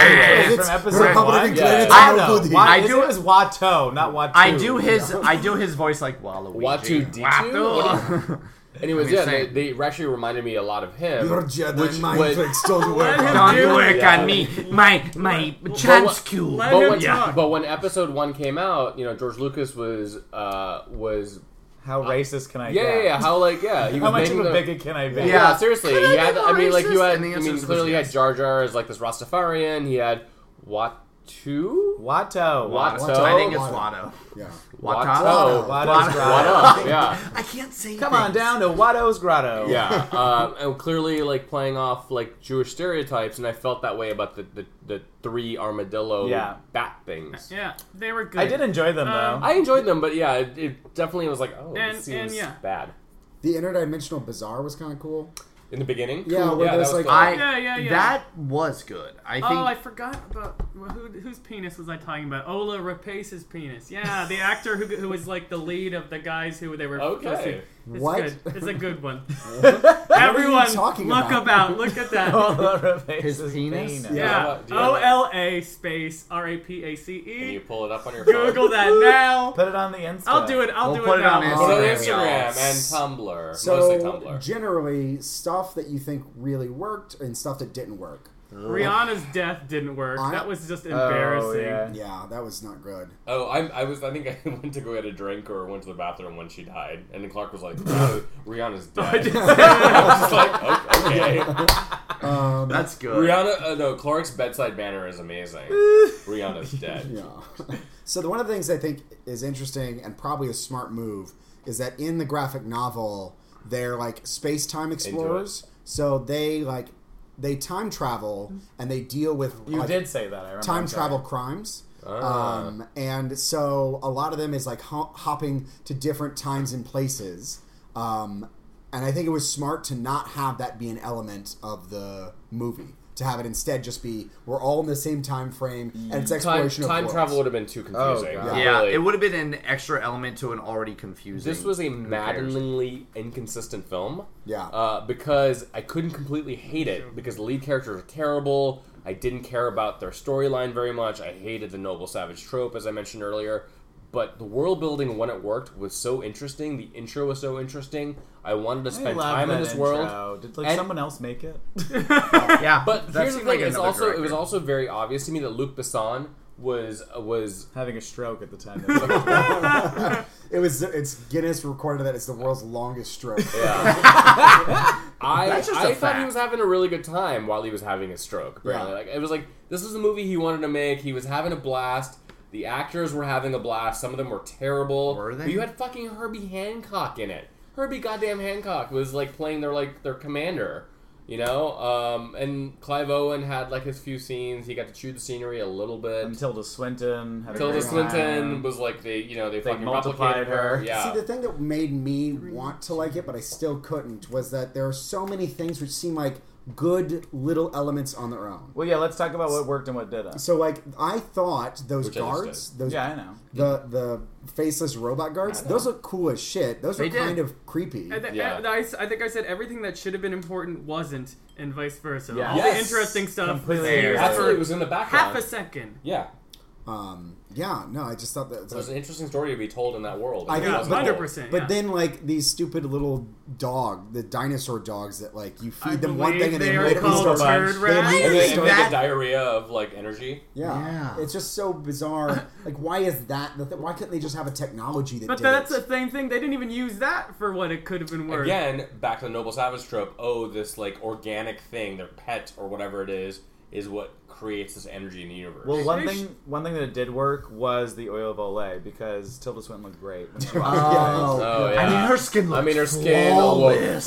[SPEAKER 1] It's
[SPEAKER 5] It's
[SPEAKER 1] from
[SPEAKER 4] it's
[SPEAKER 1] episode
[SPEAKER 4] Republican
[SPEAKER 1] one?
[SPEAKER 4] clearance
[SPEAKER 2] Yeah.
[SPEAKER 4] on
[SPEAKER 1] Watto.
[SPEAKER 4] Hulu.
[SPEAKER 1] Wa-
[SPEAKER 5] I
[SPEAKER 1] his
[SPEAKER 5] do-
[SPEAKER 1] name is Watto, not Watu.
[SPEAKER 5] I do his I do his voice like Waluigi.
[SPEAKER 2] Watu D2?
[SPEAKER 5] Watu.
[SPEAKER 2] Anyways,
[SPEAKER 5] I'm
[SPEAKER 2] yeah, they,
[SPEAKER 5] insane.
[SPEAKER 2] they actually reminded me a lot of him.
[SPEAKER 4] Your Jedi
[SPEAKER 2] which
[SPEAKER 4] mind
[SPEAKER 2] was-
[SPEAKER 4] tricks don't work.
[SPEAKER 3] him
[SPEAKER 4] on
[SPEAKER 5] Don't
[SPEAKER 4] me.
[SPEAKER 3] do it.
[SPEAKER 5] work on me. My my chance cube.
[SPEAKER 3] let
[SPEAKER 2] But
[SPEAKER 3] him
[SPEAKER 2] when,
[SPEAKER 3] talk.
[SPEAKER 2] but when episode one came out, you know, George Lucas was uh, was
[SPEAKER 1] How racist can I
[SPEAKER 2] yeah,
[SPEAKER 1] get?
[SPEAKER 2] yeah, yeah, how like yeah, he was
[SPEAKER 1] How much of
[SPEAKER 2] making
[SPEAKER 1] a
[SPEAKER 2] the-
[SPEAKER 1] bigot can I be?
[SPEAKER 2] Yeah,
[SPEAKER 5] Yeah.
[SPEAKER 2] seriously.
[SPEAKER 5] Could I
[SPEAKER 2] He
[SPEAKER 5] be
[SPEAKER 2] had,
[SPEAKER 5] more
[SPEAKER 2] I mean, like you
[SPEAKER 5] racist?
[SPEAKER 2] had,
[SPEAKER 5] And the
[SPEAKER 2] I
[SPEAKER 5] answer
[SPEAKER 2] mean,
[SPEAKER 5] was
[SPEAKER 2] clearly you had
[SPEAKER 5] yes.
[SPEAKER 2] Jar Jar as like this Rastafarian. He had Wat two.
[SPEAKER 1] Watto.
[SPEAKER 2] Watto.
[SPEAKER 5] I think it's
[SPEAKER 4] Watto.
[SPEAKER 5] Watto.
[SPEAKER 4] Yeah.
[SPEAKER 2] Watto.
[SPEAKER 1] Watto's grotto.
[SPEAKER 2] Watto. Oh, Yeah.
[SPEAKER 5] I can't say.
[SPEAKER 1] Come on down to Watto's grotto.
[SPEAKER 2] Yeah, um, and clearly like playing off like Jewish stereotypes, and I felt that way about the the, the three armadillo
[SPEAKER 1] Yeah.
[SPEAKER 2] bat things.
[SPEAKER 3] Yeah, they were good.
[SPEAKER 1] I did enjoy them
[SPEAKER 3] Um,
[SPEAKER 1] though.
[SPEAKER 2] I enjoyed them, but yeah, it, it definitely was like, oh,
[SPEAKER 3] And-
[SPEAKER 2] this seems
[SPEAKER 3] and, yeah.
[SPEAKER 2] bad
[SPEAKER 4] The interdimensional bazaar was kind of cool.
[SPEAKER 2] in the beginning.
[SPEAKER 4] Yeah, where
[SPEAKER 2] that
[SPEAKER 4] there's,
[SPEAKER 2] was
[SPEAKER 4] like-
[SPEAKER 2] cool.
[SPEAKER 5] I,
[SPEAKER 3] Yeah, yeah, yeah.
[SPEAKER 5] That was good. I think.
[SPEAKER 3] Oh, I forgot about well, who, whose penis was I talking about? Ola Rapace's penis. Yeah, the actor who, who was like the lead of the guys who they were.
[SPEAKER 2] Okay.
[SPEAKER 3] kissing. It's
[SPEAKER 4] What?
[SPEAKER 3] good. It's a good one.
[SPEAKER 4] are you
[SPEAKER 3] Everyone,
[SPEAKER 4] talking
[SPEAKER 3] look
[SPEAKER 4] about?
[SPEAKER 3] about. Look at
[SPEAKER 1] All
[SPEAKER 3] that.
[SPEAKER 1] over faces,
[SPEAKER 5] His penis?
[SPEAKER 3] yeah.
[SPEAKER 2] Do you have
[SPEAKER 3] O
[SPEAKER 2] it?
[SPEAKER 3] L A space R A P A C
[SPEAKER 2] Can you
[SPEAKER 3] E.
[SPEAKER 2] pull it up on your phone?
[SPEAKER 3] Google that now.
[SPEAKER 1] Put it on the Insta.
[SPEAKER 3] I'll do it. I'll
[SPEAKER 5] We'll
[SPEAKER 3] do
[SPEAKER 5] put
[SPEAKER 3] it
[SPEAKER 5] it on
[SPEAKER 3] now.
[SPEAKER 5] Instagram.
[SPEAKER 2] Put it on
[SPEAKER 5] Instagram.
[SPEAKER 2] Instagram and Tumblr, mostly
[SPEAKER 4] So
[SPEAKER 2] Tumblr.
[SPEAKER 4] generally, stuff that you think really worked and stuff that didn't work.
[SPEAKER 3] Rihanna's death didn't work.
[SPEAKER 4] I-
[SPEAKER 3] That was just embarrassing.
[SPEAKER 1] yeah.
[SPEAKER 4] Yeah, that was not good.
[SPEAKER 2] oh, I, I was. I think I went to go get a drink or went to the bathroom when she died, and then Clark was like, "Oh, "Rihanna's dead." I was just like, "Oh, "Okay."
[SPEAKER 5] that's good.
[SPEAKER 2] Rihanna. Uh, no, Clark's bedside manner is amazing. Rihanna's dead.
[SPEAKER 4] Yeah. so the one of the things I think is interesting and probably a smart move is that in the graphic novel they're like space time explorers. So they like they time travel and they deal with
[SPEAKER 1] You
[SPEAKER 4] like,
[SPEAKER 1] did say that. I remember.
[SPEAKER 4] time
[SPEAKER 1] I'm
[SPEAKER 4] travel
[SPEAKER 1] sorry.
[SPEAKER 4] crimes.
[SPEAKER 2] Ah.
[SPEAKER 4] Um, and so a lot of them is like ho- hopping to different times and places. Um, and I think it was smart to not have that be an element of the movie. To have it instead just be we're all in the same time frame and it's
[SPEAKER 2] Time,
[SPEAKER 4] exploration
[SPEAKER 2] time
[SPEAKER 4] of worlds.
[SPEAKER 2] travel would have been too confusing.
[SPEAKER 1] God.
[SPEAKER 5] Yeah,
[SPEAKER 2] really.
[SPEAKER 5] it would have been an extra element to an already confusing.
[SPEAKER 2] This was a
[SPEAKER 5] Who cares?
[SPEAKER 2] maddeningly inconsistent film.
[SPEAKER 4] Yeah.
[SPEAKER 2] Uh, because I couldn't completely hate it because the lead characters were terrible. I didn't care about their storyline very much. I hated the noble savage trope, as I mentioned earlier. But the world building when it worked was so interesting. The intro was so interesting. I wanted to
[SPEAKER 1] I
[SPEAKER 2] spend
[SPEAKER 1] love
[SPEAKER 2] time in
[SPEAKER 1] that
[SPEAKER 2] this world.
[SPEAKER 1] intro. Did like
[SPEAKER 2] And-
[SPEAKER 1] someone else make it?
[SPEAKER 5] Yeah,
[SPEAKER 2] But
[SPEAKER 5] that
[SPEAKER 2] here's the
[SPEAKER 5] seemed
[SPEAKER 2] thing:
[SPEAKER 5] like
[SPEAKER 2] it's
[SPEAKER 5] another
[SPEAKER 2] also it was
[SPEAKER 5] director.
[SPEAKER 2] also very obvious to me that Luc Besson was was
[SPEAKER 1] Having a stroke at the time. That
[SPEAKER 4] It was it's Guinness recorded that it's the world's longest stroke.
[SPEAKER 2] I,
[SPEAKER 5] That's just a
[SPEAKER 2] I thought he
[SPEAKER 5] fact.
[SPEAKER 2] was having a really good time while he was having his stroke. Apparently,
[SPEAKER 4] Yeah.
[SPEAKER 2] like it was like this was the movie he wanted to make. He was having a blast. The actors were having a blast. Some of them were terrible.
[SPEAKER 5] Were they?
[SPEAKER 2] But you had fucking Herbie Hancock in it. Herbie goddamn Hancock was like playing their like their commander. You know, um, and Clive Owen had like his few scenes. He got to chew the scenery a little bit.
[SPEAKER 1] and Tilda Swinton. had a
[SPEAKER 2] Tilda
[SPEAKER 1] great
[SPEAKER 2] Swinton
[SPEAKER 1] time.
[SPEAKER 2] was like they, you know, they,
[SPEAKER 1] They
[SPEAKER 2] fucking
[SPEAKER 1] multiplied
[SPEAKER 2] replicated her.
[SPEAKER 1] her.
[SPEAKER 2] Yeah,
[SPEAKER 4] See, the thing that made me want to like it, but I still couldn't, was that there are so many things which seem like good little elements on their own.
[SPEAKER 1] Well, yeah. Let's talk about what worked and what didn't.
[SPEAKER 4] So, like, I thought those
[SPEAKER 2] Which I just
[SPEAKER 4] guards, those
[SPEAKER 1] Yeah, I know.
[SPEAKER 4] the the faceless robot guards, those look cool as shit. Those
[SPEAKER 5] They
[SPEAKER 4] are
[SPEAKER 5] did.
[SPEAKER 4] kind of creepy.
[SPEAKER 3] I, th-
[SPEAKER 2] Yeah.
[SPEAKER 3] I, I think I said everything that should have been important wasn't, and vice versa.
[SPEAKER 1] Yeah.
[SPEAKER 3] All the
[SPEAKER 2] Yes.
[SPEAKER 3] interesting stuff
[SPEAKER 1] Completely
[SPEAKER 3] was here
[SPEAKER 1] agree.
[SPEAKER 2] absolutely. It
[SPEAKER 3] for
[SPEAKER 2] was in the background.
[SPEAKER 3] half a second.
[SPEAKER 2] yeah,
[SPEAKER 4] Um, yeah, no, I just thought that.
[SPEAKER 2] it was an interesting story to be told in that world.
[SPEAKER 4] I
[SPEAKER 2] It
[SPEAKER 4] think-
[SPEAKER 3] Yeah,
[SPEAKER 2] wasn't told.
[SPEAKER 3] hundred percent.
[SPEAKER 4] But then, like these stupid little dog, the dinosaur dogs that like you feed them one thing and they,
[SPEAKER 3] are
[SPEAKER 4] later
[SPEAKER 3] called
[SPEAKER 4] start
[SPEAKER 3] turd
[SPEAKER 1] They
[SPEAKER 3] rats.
[SPEAKER 4] later
[SPEAKER 2] and then, and then
[SPEAKER 5] That-
[SPEAKER 2] the diarrhea of like energy.
[SPEAKER 4] Yeah.
[SPEAKER 5] Yeah.
[SPEAKER 4] It's just so bizarre. like, why is that? The th- why couldn't they just have a technology that
[SPEAKER 3] But
[SPEAKER 4] did
[SPEAKER 3] that's
[SPEAKER 4] it?
[SPEAKER 3] the same thing. They didn't even use that for what it could have been worth.
[SPEAKER 2] Again, back to the noble savage trope. Oh, this like organic thing, their pet or whatever it is, is what creates this energy in the universe.
[SPEAKER 1] Well, one
[SPEAKER 3] Fish.
[SPEAKER 1] thing one thing that did work was the oil of Olay because Tilda Swinton looked great. When she walked.
[SPEAKER 4] Oh.
[SPEAKER 2] oh yeah.
[SPEAKER 5] I mean, her skin
[SPEAKER 2] I
[SPEAKER 5] looked
[SPEAKER 2] mean, her skin
[SPEAKER 5] flawless.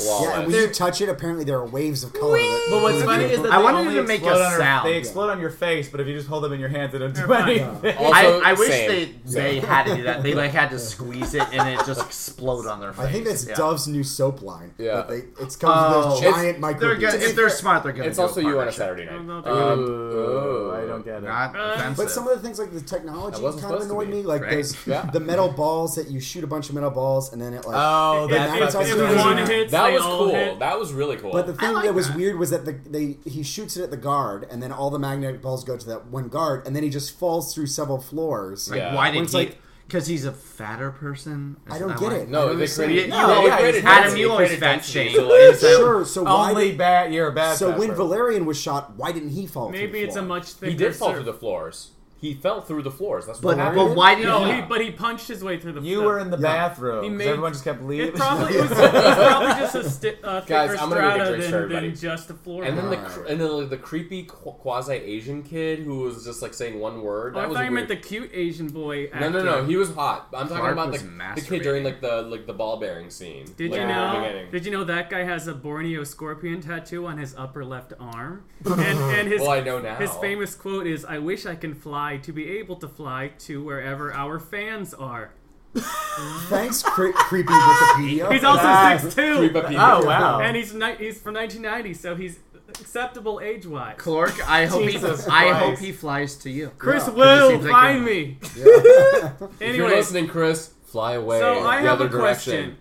[SPEAKER 2] looked flawless.
[SPEAKER 4] Yeah, and when you touch it, apparently there are waves of color. that-
[SPEAKER 1] But what's funny is that
[SPEAKER 5] I
[SPEAKER 1] they
[SPEAKER 5] wanted
[SPEAKER 1] only
[SPEAKER 5] to make
[SPEAKER 1] explode
[SPEAKER 5] a
[SPEAKER 1] on her-
[SPEAKER 5] sound.
[SPEAKER 1] They explode on your face, but if you just hold them in your hands, they don't do
[SPEAKER 3] They're fine.
[SPEAKER 1] anything.
[SPEAKER 2] Also,
[SPEAKER 5] I, I wish
[SPEAKER 2] same.
[SPEAKER 5] they they had to do that. They like had to squeeze it and it just explode on their face.
[SPEAKER 4] I think that's
[SPEAKER 5] yeah.
[SPEAKER 4] Dove's new soap line.
[SPEAKER 2] Yeah.
[SPEAKER 4] That they, it's comes
[SPEAKER 5] Oh.
[SPEAKER 4] with those giant micro.
[SPEAKER 5] They're gonna, if they're smart, they're gonna.
[SPEAKER 2] It's
[SPEAKER 5] do
[SPEAKER 2] also you on a
[SPEAKER 5] partnership. Oh,
[SPEAKER 2] Saturday
[SPEAKER 3] I don't know.
[SPEAKER 2] night.
[SPEAKER 1] Um,
[SPEAKER 2] Um,
[SPEAKER 1] ooh, I don't get it.
[SPEAKER 5] Not offensive.
[SPEAKER 4] But some of the things like the technology
[SPEAKER 2] That wasn't
[SPEAKER 4] kind of
[SPEAKER 2] supposed to
[SPEAKER 4] annoyed
[SPEAKER 2] be,
[SPEAKER 4] me. Like
[SPEAKER 5] right?
[SPEAKER 4] those
[SPEAKER 2] Yeah.
[SPEAKER 4] the metal balls that you shoot a bunch of metal balls and then it like.
[SPEAKER 1] oh,
[SPEAKER 3] If-
[SPEAKER 1] that
[SPEAKER 3] if,
[SPEAKER 1] fucking
[SPEAKER 3] if
[SPEAKER 4] crazy.
[SPEAKER 3] one
[SPEAKER 1] thing.
[SPEAKER 3] hits,
[SPEAKER 2] that
[SPEAKER 3] they
[SPEAKER 2] was
[SPEAKER 3] all
[SPEAKER 2] cool.
[SPEAKER 3] hit.
[SPEAKER 2] That was really cool.
[SPEAKER 4] But the thing
[SPEAKER 5] like
[SPEAKER 4] that was
[SPEAKER 5] that.
[SPEAKER 4] weird was that the they he shoots it at the guard and then all the magnetic balls go to that one guard and then he just falls through several floors.
[SPEAKER 2] Yeah.
[SPEAKER 5] Why
[SPEAKER 4] When
[SPEAKER 5] did
[SPEAKER 4] it's
[SPEAKER 5] he?
[SPEAKER 4] like-
[SPEAKER 5] Because he's a fatter person.
[SPEAKER 4] I
[SPEAKER 5] Isn't
[SPEAKER 4] don't
[SPEAKER 5] that
[SPEAKER 4] get
[SPEAKER 5] why?
[SPEAKER 4] it.
[SPEAKER 2] no,
[SPEAKER 4] I
[SPEAKER 2] they
[SPEAKER 4] understand.
[SPEAKER 2] created.
[SPEAKER 5] No,
[SPEAKER 2] they
[SPEAKER 5] yeah,
[SPEAKER 2] created
[SPEAKER 5] Adam,
[SPEAKER 2] density,
[SPEAKER 5] you
[SPEAKER 2] they
[SPEAKER 5] always
[SPEAKER 2] created
[SPEAKER 5] fat
[SPEAKER 2] density,
[SPEAKER 5] shame.
[SPEAKER 2] so, like,
[SPEAKER 4] Sure. So why
[SPEAKER 1] Only
[SPEAKER 4] did-
[SPEAKER 1] bad. You're a bad.
[SPEAKER 4] So when
[SPEAKER 1] pepper.
[SPEAKER 4] Valerian was shot, why didn't he fall? through
[SPEAKER 3] Maybe
[SPEAKER 4] the
[SPEAKER 3] it's a
[SPEAKER 4] floor?
[SPEAKER 3] much thicker.
[SPEAKER 2] he did fall
[SPEAKER 3] surf.
[SPEAKER 2] through the floors. He fell through the floors. That's what
[SPEAKER 5] But,
[SPEAKER 2] happened.
[SPEAKER 5] but why did
[SPEAKER 3] No,
[SPEAKER 5] he?
[SPEAKER 3] he, but he punched his way through the.
[SPEAKER 1] You
[SPEAKER 3] the-
[SPEAKER 1] were in the
[SPEAKER 4] Yeah.
[SPEAKER 1] bathroom. 'cause
[SPEAKER 3] made-
[SPEAKER 1] everyone just kept leaving.
[SPEAKER 3] It probably it was, it was probably just a sti- uh, thicker
[SPEAKER 2] Guys, I'm gonna make a
[SPEAKER 3] strata
[SPEAKER 2] drink for
[SPEAKER 3] than,
[SPEAKER 2] everybody.
[SPEAKER 3] than just a floor.
[SPEAKER 2] And then the
[SPEAKER 5] Uh-huh.
[SPEAKER 4] Alright.
[SPEAKER 2] cr- and then like, the creepy quasi Asian kid who was just like saying one word.
[SPEAKER 3] oh, I
[SPEAKER 2] That
[SPEAKER 3] thought
[SPEAKER 2] was
[SPEAKER 3] you meant
[SPEAKER 2] weird.
[SPEAKER 3] the cute Asian boy. Actor.
[SPEAKER 2] No, no, no. He was hot. I'm talking
[SPEAKER 5] Clark
[SPEAKER 2] about
[SPEAKER 5] was
[SPEAKER 2] the, the kid during
[SPEAKER 5] masturbating.
[SPEAKER 2] like the like the ball bearing scene.
[SPEAKER 3] Did
[SPEAKER 2] like,
[SPEAKER 3] you
[SPEAKER 2] at the
[SPEAKER 3] know?
[SPEAKER 2] beginning.
[SPEAKER 3] Did you know that guy has a Borneo scorpion tattoo on his upper left arm? And, and his
[SPEAKER 2] Well, I know now.
[SPEAKER 3] his famous quote is, "I wish I can fly to be able to fly to wherever our fans are."
[SPEAKER 4] Thanks, cre- creepy Wikipedia.
[SPEAKER 3] He's also
[SPEAKER 1] Nice.
[SPEAKER 3] six
[SPEAKER 2] Creep
[SPEAKER 3] two,
[SPEAKER 2] up here.
[SPEAKER 1] oh wow.
[SPEAKER 3] and he's ni- he's from 1990, so he's acceptable age wise.
[SPEAKER 5] Clark, I hope he,
[SPEAKER 1] Jesus
[SPEAKER 5] I hope
[SPEAKER 1] Christ.
[SPEAKER 5] he flies to you.
[SPEAKER 3] Chris
[SPEAKER 4] Yeah.
[SPEAKER 5] It
[SPEAKER 3] will
[SPEAKER 5] seems like
[SPEAKER 3] find
[SPEAKER 5] you're-
[SPEAKER 3] me.
[SPEAKER 2] if you're
[SPEAKER 3] anyway, so
[SPEAKER 2] listening, Chris, fly away
[SPEAKER 3] I
[SPEAKER 2] the
[SPEAKER 3] have
[SPEAKER 2] other
[SPEAKER 3] a
[SPEAKER 2] direction.
[SPEAKER 3] question.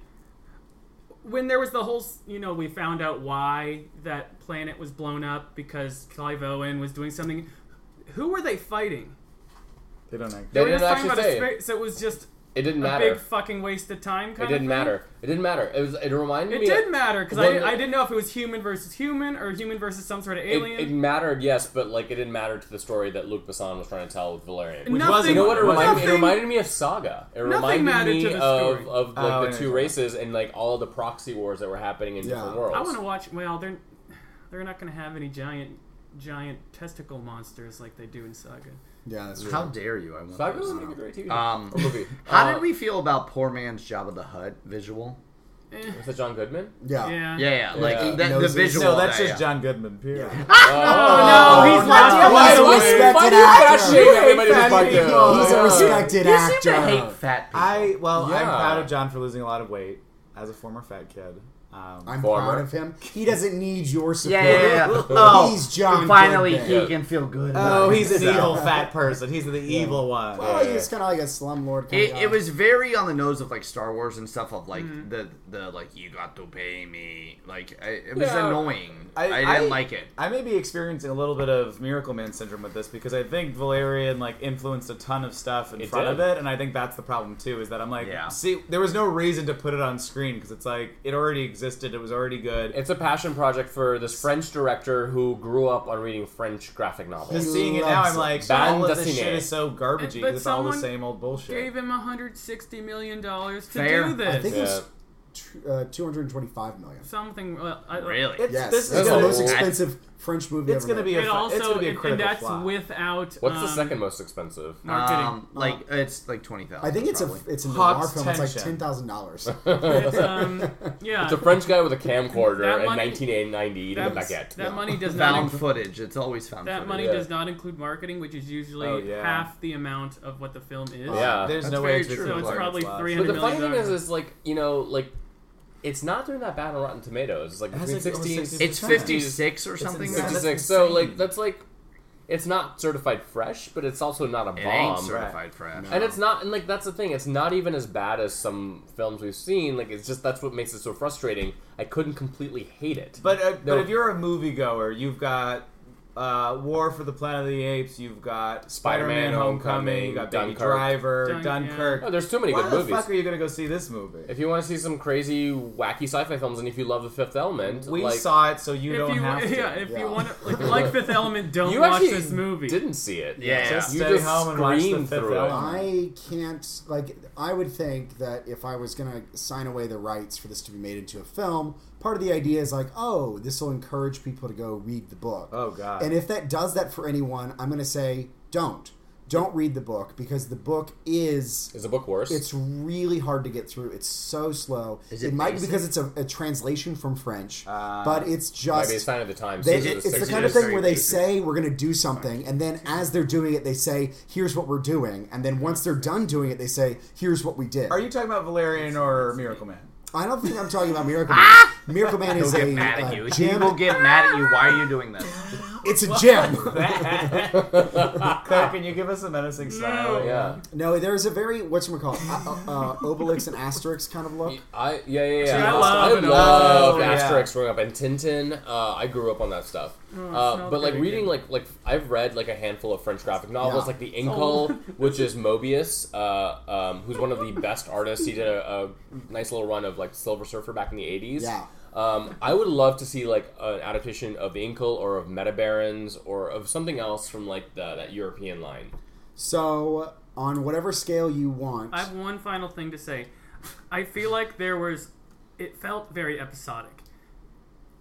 [SPEAKER 3] When there was the whole, s- you know, we found out why that planet was blown up because Clive Owen was doing something. Who were they fighting?
[SPEAKER 1] They don't act.
[SPEAKER 2] They
[SPEAKER 3] were
[SPEAKER 2] didn't
[SPEAKER 3] just talking
[SPEAKER 2] actually
[SPEAKER 3] about a
[SPEAKER 2] say.
[SPEAKER 3] spa- so it was just
[SPEAKER 2] it didn't
[SPEAKER 3] a
[SPEAKER 2] matter.
[SPEAKER 3] big fucking waste of time. Kind
[SPEAKER 2] It
[SPEAKER 3] of
[SPEAKER 2] didn't
[SPEAKER 3] thing?
[SPEAKER 2] matter. It didn't matter. It was. It reminded
[SPEAKER 3] It
[SPEAKER 2] me.
[SPEAKER 3] did matter because
[SPEAKER 2] When-
[SPEAKER 3] I, I didn't know if it was human versus human or human versus some sort of
[SPEAKER 2] It,
[SPEAKER 3] alien.
[SPEAKER 2] it mattered, yes, but like it didn't matter to the story that Luke Besson was trying to tell with Valerian.
[SPEAKER 3] nothing,
[SPEAKER 1] was-
[SPEAKER 2] you know what it reminded me? It
[SPEAKER 3] nothing-
[SPEAKER 2] reminded me of Saga. It reminded
[SPEAKER 3] mattered
[SPEAKER 2] me
[SPEAKER 3] to the
[SPEAKER 2] of,
[SPEAKER 3] story.
[SPEAKER 2] of like
[SPEAKER 1] Oh, I
[SPEAKER 2] the two
[SPEAKER 1] know.
[SPEAKER 2] races and like all the proxy wars that were happening in
[SPEAKER 4] Yeah.
[SPEAKER 2] different worlds.
[SPEAKER 3] I want to watch. Well, they're they're not going to have any giant giant testicle monsters like they do in Saga.
[SPEAKER 4] yeah, that's
[SPEAKER 5] How
[SPEAKER 4] true.
[SPEAKER 5] dare you? I want
[SPEAKER 2] Saga
[SPEAKER 5] those
[SPEAKER 2] was
[SPEAKER 5] now.
[SPEAKER 2] a great TV show.
[SPEAKER 5] Um,
[SPEAKER 2] Or movie.
[SPEAKER 5] How
[SPEAKER 2] Uh,
[SPEAKER 5] did we feel about poor man's Jabba the Hutt visual?
[SPEAKER 3] Eh,
[SPEAKER 2] Was that John Goodman?
[SPEAKER 4] Yeah.
[SPEAKER 3] yeah.
[SPEAKER 5] Yeah, yeah, like
[SPEAKER 2] Oh. Yeah.
[SPEAKER 5] that- the
[SPEAKER 4] Noses.
[SPEAKER 5] visual.
[SPEAKER 4] No,
[SPEAKER 1] No,
[SPEAKER 5] of
[SPEAKER 1] that's
[SPEAKER 5] that,
[SPEAKER 1] just
[SPEAKER 5] yeah.
[SPEAKER 1] John Goodman. Period.
[SPEAKER 3] Oh, no, he's
[SPEAKER 4] Oh,
[SPEAKER 3] not.
[SPEAKER 4] no.
[SPEAKER 3] Why
[SPEAKER 4] He's a
[SPEAKER 3] do I-
[SPEAKER 4] respected
[SPEAKER 2] why do you
[SPEAKER 4] actor.
[SPEAKER 2] crush everybody with Black
[SPEAKER 1] He's
[SPEAKER 2] Dahlia?
[SPEAKER 4] He's a respected
[SPEAKER 5] You seem to
[SPEAKER 4] actor.
[SPEAKER 5] hate fat people.
[SPEAKER 1] I well, I'm
[SPEAKER 2] Yeah.
[SPEAKER 1] proud of John for losing a lot of weight as a former fat kid. Um,
[SPEAKER 4] I'm
[SPEAKER 2] Former.
[SPEAKER 4] proud of him. He doesn't need your support.
[SPEAKER 5] yeah, yeah, yeah. Oh,
[SPEAKER 4] He's John.
[SPEAKER 5] Finally,
[SPEAKER 4] Goodman.
[SPEAKER 5] he can feel good.
[SPEAKER 1] oh,
[SPEAKER 5] about
[SPEAKER 1] he's an
[SPEAKER 5] himself.
[SPEAKER 1] evil fat person. He's the evil one.
[SPEAKER 4] Well, he was kind of like a slumlord. Kind
[SPEAKER 5] It,
[SPEAKER 4] of
[SPEAKER 5] it was very on the nose of like Star Wars and stuff of like the the like you got to pay me like I, it was
[SPEAKER 2] Yeah.
[SPEAKER 5] annoying. I,
[SPEAKER 1] I-
[SPEAKER 5] didn't
[SPEAKER 1] I-
[SPEAKER 5] like it.
[SPEAKER 1] I may be experiencing a little bit of Miracle Man syndrome with this because I think Valerian like influenced a ton of stuff in
[SPEAKER 2] It
[SPEAKER 1] front
[SPEAKER 2] did.
[SPEAKER 1] of it, and I think that's the problem too. Is that I'm like,
[SPEAKER 5] Yeah.
[SPEAKER 1] see, there was no reason to put it on screen because it's like it already existed, it was already good.
[SPEAKER 2] It's a passion project for this French director who grew up on reading French graphic novels.
[SPEAKER 1] Just seeing it now,
[SPEAKER 4] loves
[SPEAKER 1] I'm
[SPEAKER 4] it.
[SPEAKER 1] like,
[SPEAKER 2] Band
[SPEAKER 1] all of this
[SPEAKER 2] dessinée.
[SPEAKER 1] shit is so garbagey
[SPEAKER 3] But
[SPEAKER 1] 'cause it's all the
[SPEAKER 3] someone
[SPEAKER 1] same old bullshit.
[SPEAKER 3] Gave him 160 million dollars to
[SPEAKER 5] Fair.
[SPEAKER 3] do this.
[SPEAKER 4] I think it
[SPEAKER 2] Yeah.
[SPEAKER 4] was t- uh, 225 million.
[SPEAKER 3] something. Well, I, uh,
[SPEAKER 5] Really?
[SPEAKER 1] It's,
[SPEAKER 4] Yes,
[SPEAKER 1] this is
[SPEAKER 4] it's the
[SPEAKER 2] a
[SPEAKER 1] gonna-
[SPEAKER 4] most
[SPEAKER 2] lot.
[SPEAKER 4] expensive French movie.
[SPEAKER 1] It's
[SPEAKER 4] ever
[SPEAKER 1] gonna
[SPEAKER 4] made.
[SPEAKER 1] be a
[SPEAKER 3] It
[SPEAKER 1] fla-
[SPEAKER 3] also
[SPEAKER 1] it's gonna be a
[SPEAKER 3] and- and
[SPEAKER 1] critical
[SPEAKER 3] that's
[SPEAKER 1] flop.
[SPEAKER 3] without.
[SPEAKER 2] What's the
[SPEAKER 3] um,
[SPEAKER 2] second most expensive?
[SPEAKER 3] Marketing.
[SPEAKER 5] Um, like it's like twenty thousand.
[SPEAKER 4] I think it's a it's a noir
[SPEAKER 1] Hawks
[SPEAKER 4] film. It's like
[SPEAKER 1] tension.
[SPEAKER 4] ten thousand dollars.
[SPEAKER 3] It's, um, yeah.
[SPEAKER 2] It's a French guy with a camcorder
[SPEAKER 3] That
[SPEAKER 2] in
[SPEAKER 3] money-
[SPEAKER 2] 1990 eating a
[SPEAKER 3] that,
[SPEAKER 2] baguette.
[SPEAKER 3] that money does not
[SPEAKER 5] found
[SPEAKER 3] include,
[SPEAKER 5] footage. It's always found.
[SPEAKER 3] that
[SPEAKER 5] footage.
[SPEAKER 3] money
[SPEAKER 2] Yeah.
[SPEAKER 3] does not include marketing, which is usually
[SPEAKER 1] Oh, yeah.
[SPEAKER 3] half the amount of what the film is.
[SPEAKER 2] Oh, yeah.
[SPEAKER 1] There's
[SPEAKER 5] That's
[SPEAKER 1] no
[SPEAKER 5] very
[SPEAKER 1] way it's
[SPEAKER 5] true.
[SPEAKER 1] a
[SPEAKER 3] So it's
[SPEAKER 1] critical
[SPEAKER 3] probably
[SPEAKER 1] flop.
[SPEAKER 3] 300
[SPEAKER 2] But the funny
[SPEAKER 3] million
[SPEAKER 2] thing is,
[SPEAKER 3] dollars.
[SPEAKER 2] is like you know, like it's not doing that bad on Rotten Tomatoes. It's like
[SPEAKER 1] It has,
[SPEAKER 2] between
[SPEAKER 1] like, almost
[SPEAKER 2] 60
[SPEAKER 1] 60%.
[SPEAKER 2] and
[SPEAKER 5] It's fifty six or
[SPEAKER 1] It's
[SPEAKER 5] something.
[SPEAKER 1] insane.
[SPEAKER 5] It's
[SPEAKER 1] That's
[SPEAKER 2] 66. So
[SPEAKER 1] insane.
[SPEAKER 2] like that's like it's not certified fresh, but it's also not a
[SPEAKER 5] it ain't
[SPEAKER 2] bomb.
[SPEAKER 5] certified fresh.
[SPEAKER 2] And it's not, and like that's the thing. It's not even as bad as some films we've seen. Like it's just that's what makes it so frustrating. I couldn't completely hate it.
[SPEAKER 1] But uh,
[SPEAKER 2] No.
[SPEAKER 1] but if you're a moviegoer, you've got uh, War for the Planet of the Apes, you've got Spider-Man:
[SPEAKER 2] Spider-Man
[SPEAKER 1] Homecoming,
[SPEAKER 2] Homecoming,
[SPEAKER 1] you got Baby
[SPEAKER 2] Dunkirk.
[SPEAKER 1] Driver,
[SPEAKER 3] Dun-
[SPEAKER 1] Dunkirk.
[SPEAKER 2] oh, there's too many
[SPEAKER 1] Why
[SPEAKER 2] good
[SPEAKER 1] the
[SPEAKER 2] movies.
[SPEAKER 1] fuck are you gonna go see this movie?
[SPEAKER 2] if you want to see some crazy, wacky sci-fi films, and if you love The Fifth Element,
[SPEAKER 1] we
[SPEAKER 2] like,
[SPEAKER 1] saw it, so you
[SPEAKER 3] if
[SPEAKER 1] don't
[SPEAKER 3] you,
[SPEAKER 1] have to.
[SPEAKER 3] yeah, if
[SPEAKER 4] Yeah.
[SPEAKER 3] you want to, like, like Fifth Element, don't
[SPEAKER 2] you
[SPEAKER 3] watch
[SPEAKER 2] actually
[SPEAKER 3] this movie.
[SPEAKER 2] didn't see it.
[SPEAKER 5] Yeah.
[SPEAKER 1] Just
[SPEAKER 2] you
[SPEAKER 1] stay
[SPEAKER 2] just
[SPEAKER 1] home and watch The
[SPEAKER 2] screamed
[SPEAKER 1] Fifth
[SPEAKER 2] through it.
[SPEAKER 1] Element.
[SPEAKER 4] I can't like. I would think that if I was gonna sign away the rights for this to be made into a film, part of the idea is like, oh, this will encourage people to go read the book.
[SPEAKER 1] Oh,
[SPEAKER 5] Uh,
[SPEAKER 1] God.
[SPEAKER 4] And if that does that for anyone, I'm gonna say don't. Don't read the book because the book is
[SPEAKER 2] Is the book worse?
[SPEAKER 4] It's really hard to get through. It's so slow.
[SPEAKER 5] Is
[SPEAKER 4] it,
[SPEAKER 5] it
[SPEAKER 4] might be
[SPEAKER 5] basic? Uh,
[SPEAKER 4] because it's a, a translation from French, but it's just.
[SPEAKER 2] Maybe a sign of the times.
[SPEAKER 4] they-
[SPEAKER 2] These are
[SPEAKER 4] it- it's the
[SPEAKER 2] 60s.
[SPEAKER 4] kind of
[SPEAKER 5] It's
[SPEAKER 4] thing
[SPEAKER 5] very
[SPEAKER 4] where they
[SPEAKER 5] basic.
[SPEAKER 4] say we're going to do something, and then as they're doing it, they say, "Here's what we're doing," and then once they're done doing it, they say, "Here's what we did."
[SPEAKER 1] Are you talking about Valerian or Miracle Man?
[SPEAKER 4] I don't think I'm talking about Miracle Man. Miracle Man
[SPEAKER 5] He'll
[SPEAKER 4] is a,
[SPEAKER 5] get mad
[SPEAKER 4] uh,
[SPEAKER 5] at you. He
[SPEAKER 4] gem.
[SPEAKER 5] will get mad at you. Why are you doing this?
[SPEAKER 4] It's a gem.
[SPEAKER 1] Claire, can you give us a menacing style?
[SPEAKER 2] Yeah.
[SPEAKER 4] no, there is a very what's it called, uh, uh, Obelix and Asterix kind of look.
[SPEAKER 2] I yeah yeah yeah.
[SPEAKER 3] See,
[SPEAKER 2] I
[SPEAKER 3] I
[SPEAKER 2] love,
[SPEAKER 3] love
[SPEAKER 2] I
[SPEAKER 3] it.
[SPEAKER 2] love
[SPEAKER 1] Oh, yeah.
[SPEAKER 2] Asterix growing up and Tintin. Uh, I grew up on that stuff. uh,
[SPEAKER 3] Oh, not
[SPEAKER 2] but like
[SPEAKER 3] very
[SPEAKER 2] reading like
[SPEAKER 3] good.
[SPEAKER 2] like I've read like a handful of French graphic novels
[SPEAKER 4] Yeah.
[SPEAKER 2] like The Inkle, which is Mobius, uh, um, who's one of the best artists. He did a, a nice little run of like Silver Surfer back in the eighties.
[SPEAKER 4] Yeah.
[SPEAKER 2] Um, I would love to see like an adaptation of The Inkle or of Metabarons or of something else from like the, that European line.
[SPEAKER 4] So, on whatever scale you want,
[SPEAKER 3] I have one final thing to say. I feel like there was. It felt very episodic.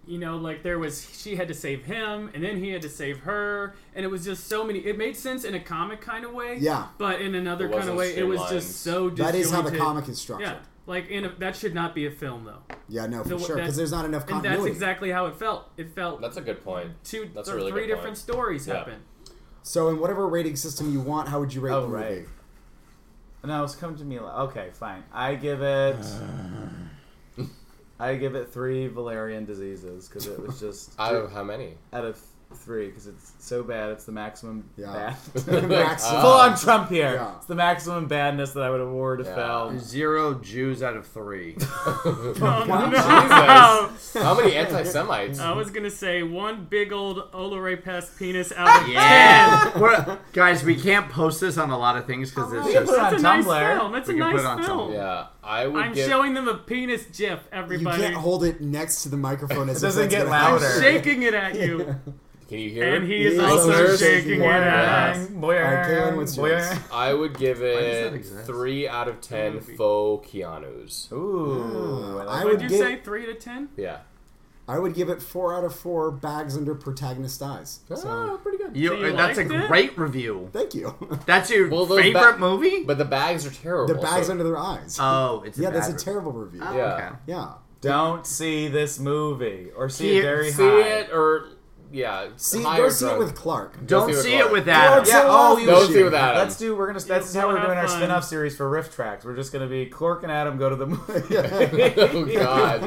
[SPEAKER 3] You know, like there was. She had to save him, and then he had to save her, and it was just so many. It made sense in a comic kind of way.
[SPEAKER 4] Yeah.
[SPEAKER 3] But in another
[SPEAKER 2] It
[SPEAKER 3] kind of
[SPEAKER 2] wasn't
[SPEAKER 3] way, it was
[SPEAKER 2] streamlined.
[SPEAKER 3] just so disjointed.
[SPEAKER 4] that is how the comic is structured.
[SPEAKER 3] Yeah.
[SPEAKER 4] Yeah,
[SPEAKER 3] Like, in a, that should not be a film, though.
[SPEAKER 4] no, for
[SPEAKER 3] The-
[SPEAKER 4] sure,
[SPEAKER 3] that-
[SPEAKER 4] because there's not enough
[SPEAKER 3] And that's
[SPEAKER 4] continuity.
[SPEAKER 3] exactly how it felt. It felt
[SPEAKER 2] That's a good point.
[SPEAKER 3] two
[SPEAKER 2] That's a
[SPEAKER 3] or
[SPEAKER 2] really
[SPEAKER 3] three
[SPEAKER 2] good point.
[SPEAKER 3] different stories
[SPEAKER 2] Yeah.
[SPEAKER 3] happen.
[SPEAKER 4] so, in whatever rating system you want, how would you rate
[SPEAKER 1] Oh,
[SPEAKER 4] the movie?
[SPEAKER 1] right. No, it's come to me. li- Okay, fine. I give it. I give it three Valerian diseases because it was just
[SPEAKER 2] Out of how many?
[SPEAKER 1] out of three because it's so bad. It's the maximum
[SPEAKER 4] Yeah.
[SPEAKER 1] bad.
[SPEAKER 4] Max-
[SPEAKER 1] Full on Trump here.
[SPEAKER 4] Yeah.
[SPEAKER 1] It's the maximum badness that I would award a
[SPEAKER 2] Yeah.
[SPEAKER 1] film.
[SPEAKER 5] Zero Jews out of three.
[SPEAKER 3] Oh,
[SPEAKER 2] Jesus. uh, How many anti Semites?
[SPEAKER 3] I was gonna say one big old Olore pest penis out of
[SPEAKER 5] Yeah, We're- guys, we can't post this on a lot of things because it's
[SPEAKER 1] We can
[SPEAKER 5] just
[SPEAKER 1] put it on
[SPEAKER 3] That's a nice
[SPEAKER 1] Tumblr.
[SPEAKER 3] film. That's a
[SPEAKER 5] We can put
[SPEAKER 3] nice
[SPEAKER 5] it on
[SPEAKER 3] film.
[SPEAKER 5] Tumblr.
[SPEAKER 2] Yeah, I would
[SPEAKER 3] I'm
[SPEAKER 2] give.
[SPEAKER 3] showing them a penis gif,
[SPEAKER 4] You
[SPEAKER 3] everybody.
[SPEAKER 4] can't hold it next to the microphone. As
[SPEAKER 1] It
[SPEAKER 4] if
[SPEAKER 1] doesn't
[SPEAKER 4] that's
[SPEAKER 1] get
[SPEAKER 4] gonna
[SPEAKER 1] louder.
[SPEAKER 4] happen.
[SPEAKER 3] shaking it at you,
[SPEAKER 2] Can you hear?
[SPEAKER 3] and
[SPEAKER 2] it?
[SPEAKER 3] he is
[SPEAKER 4] He's
[SPEAKER 3] also
[SPEAKER 4] also
[SPEAKER 3] shaking
[SPEAKER 4] shaking
[SPEAKER 3] it
[SPEAKER 4] it
[SPEAKER 3] at
[SPEAKER 4] at
[SPEAKER 3] us.
[SPEAKER 1] Boing,
[SPEAKER 4] Kalen, what's yours?
[SPEAKER 1] boing.
[SPEAKER 2] I would give
[SPEAKER 5] that
[SPEAKER 2] it
[SPEAKER 5] exist?
[SPEAKER 2] three out of ten
[SPEAKER 3] movie.
[SPEAKER 2] faux Keanu's.
[SPEAKER 1] Ooh,
[SPEAKER 4] I
[SPEAKER 1] I
[SPEAKER 4] would
[SPEAKER 3] Would you
[SPEAKER 4] give,
[SPEAKER 3] say three to ten?
[SPEAKER 2] Yeah.
[SPEAKER 4] I would give it four out of four bags under protagonist eyes. So,
[SPEAKER 2] Ah, pretty good.
[SPEAKER 5] you.
[SPEAKER 3] So you
[SPEAKER 5] that's
[SPEAKER 3] liked
[SPEAKER 5] a
[SPEAKER 3] it?
[SPEAKER 5] great review.
[SPEAKER 4] thank you.
[SPEAKER 5] That's your
[SPEAKER 2] Well, those
[SPEAKER 5] favorite
[SPEAKER 2] ba-
[SPEAKER 5] movie.
[SPEAKER 2] But the bags are terrible.
[SPEAKER 4] the bags
[SPEAKER 2] so-
[SPEAKER 4] under their eyes.
[SPEAKER 1] Uh,
[SPEAKER 5] oh, it's
[SPEAKER 4] yeah,
[SPEAKER 5] a
[SPEAKER 4] that's a
[SPEAKER 5] bad
[SPEAKER 4] terrible review.
[SPEAKER 5] review.
[SPEAKER 2] Yeah.
[SPEAKER 5] Okay.
[SPEAKER 4] Yeah.
[SPEAKER 1] don't see this movie or see
[SPEAKER 5] See
[SPEAKER 1] it
[SPEAKER 5] it-
[SPEAKER 1] very
[SPEAKER 2] See
[SPEAKER 1] high.
[SPEAKER 2] it or yeah.
[SPEAKER 4] See,
[SPEAKER 2] high
[SPEAKER 4] go
[SPEAKER 2] or
[SPEAKER 4] see it
[SPEAKER 2] drunk.
[SPEAKER 4] with Clark.
[SPEAKER 5] Don't
[SPEAKER 2] see
[SPEAKER 5] see
[SPEAKER 2] what-
[SPEAKER 5] it with
[SPEAKER 4] Clark's
[SPEAKER 5] that.
[SPEAKER 1] Yeah,
[SPEAKER 4] so
[SPEAKER 1] oh,
[SPEAKER 4] awesome.
[SPEAKER 1] you
[SPEAKER 2] Don't see with Adam.
[SPEAKER 1] Let's do. We're gonna. That's
[SPEAKER 3] Yeah,
[SPEAKER 1] how we're
[SPEAKER 3] have
[SPEAKER 1] doing our
[SPEAKER 3] fun.
[SPEAKER 1] spin-off series for Riff Tracks. We're just gonna be Clark and Adam go to the movie.
[SPEAKER 2] oh God.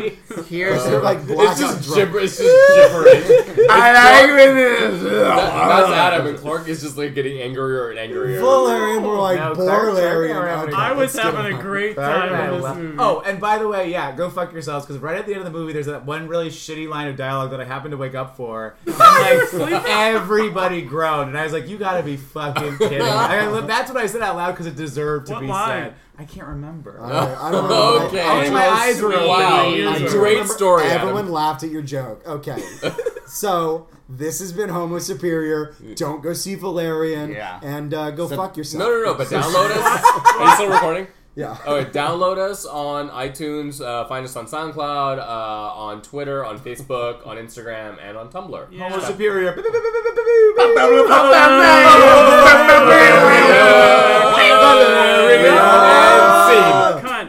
[SPEAKER 5] Here's
[SPEAKER 2] Uh,
[SPEAKER 4] Like
[SPEAKER 2] It's
[SPEAKER 4] blackout
[SPEAKER 2] just
[SPEAKER 4] drunk.
[SPEAKER 2] gibberish. It's just gibberish.
[SPEAKER 5] I like with this.
[SPEAKER 2] That's Adam and Clark is just like getting angrier and angrier.
[SPEAKER 4] Fuller and we're like
[SPEAKER 1] No, Clark-
[SPEAKER 4] Borlarian.
[SPEAKER 1] Clark- Clark-
[SPEAKER 4] Okay,
[SPEAKER 3] I was
[SPEAKER 4] let's get
[SPEAKER 3] having a
[SPEAKER 4] on.
[SPEAKER 3] great
[SPEAKER 1] Clark
[SPEAKER 3] time
[SPEAKER 1] and
[SPEAKER 3] in
[SPEAKER 1] Adam
[SPEAKER 3] this
[SPEAKER 1] left.
[SPEAKER 3] movie.
[SPEAKER 1] Oh, and by the way, yeah, go fuck yourselves because right at the end of the movie, there's that one really shitty line of dialogue that I happened to wake up for, and like everybody groaned, and I was like, "You gotta be fucking kidding!" me." I, that's what I said out loud because it deserved to
[SPEAKER 3] What
[SPEAKER 1] be
[SPEAKER 3] line?
[SPEAKER 1] said. I can't remember.
[SPEAKER 4] I, I don't know.
[SPEAKER 2] Okay.
[SPEAKER 4] I,
[SPEAKER 1] Only my eyes were open.
[SPEAKER 2] Wow.
[SPEAKER 4] I do
[SPEAKER 2] Great
[SPEAKER 4] remember
[SPEAKER 2] story, Adam.
[SPEAKER 4] Everyone laughed at your joke. Okay. so this has been Homo Superior. Don't go see Valerian.
[SPEAKER 5] Yeah.
[SPEAKER 4] And uh, go fuck yourself.
[SPEAKER 2] No, no, no. But download us. Are you still recording?
[SPEAKER 4] Yeah.
[SPEAKER 2] Okay, download us on iTunes. Uh, find us on SoundCloud, uh, on Twitter, on Facebook, on Instagram, and on Tumblr.
[SPEAKER 3] Yeah.
[SPEAKER 1] Homo
[SPEAKER 3] Homo
[SPEAKER 1] superior.
[SPEAKER 2] Yeah.
[SPEAKER 1] Yeah.
[SPEAKER 2] And scene.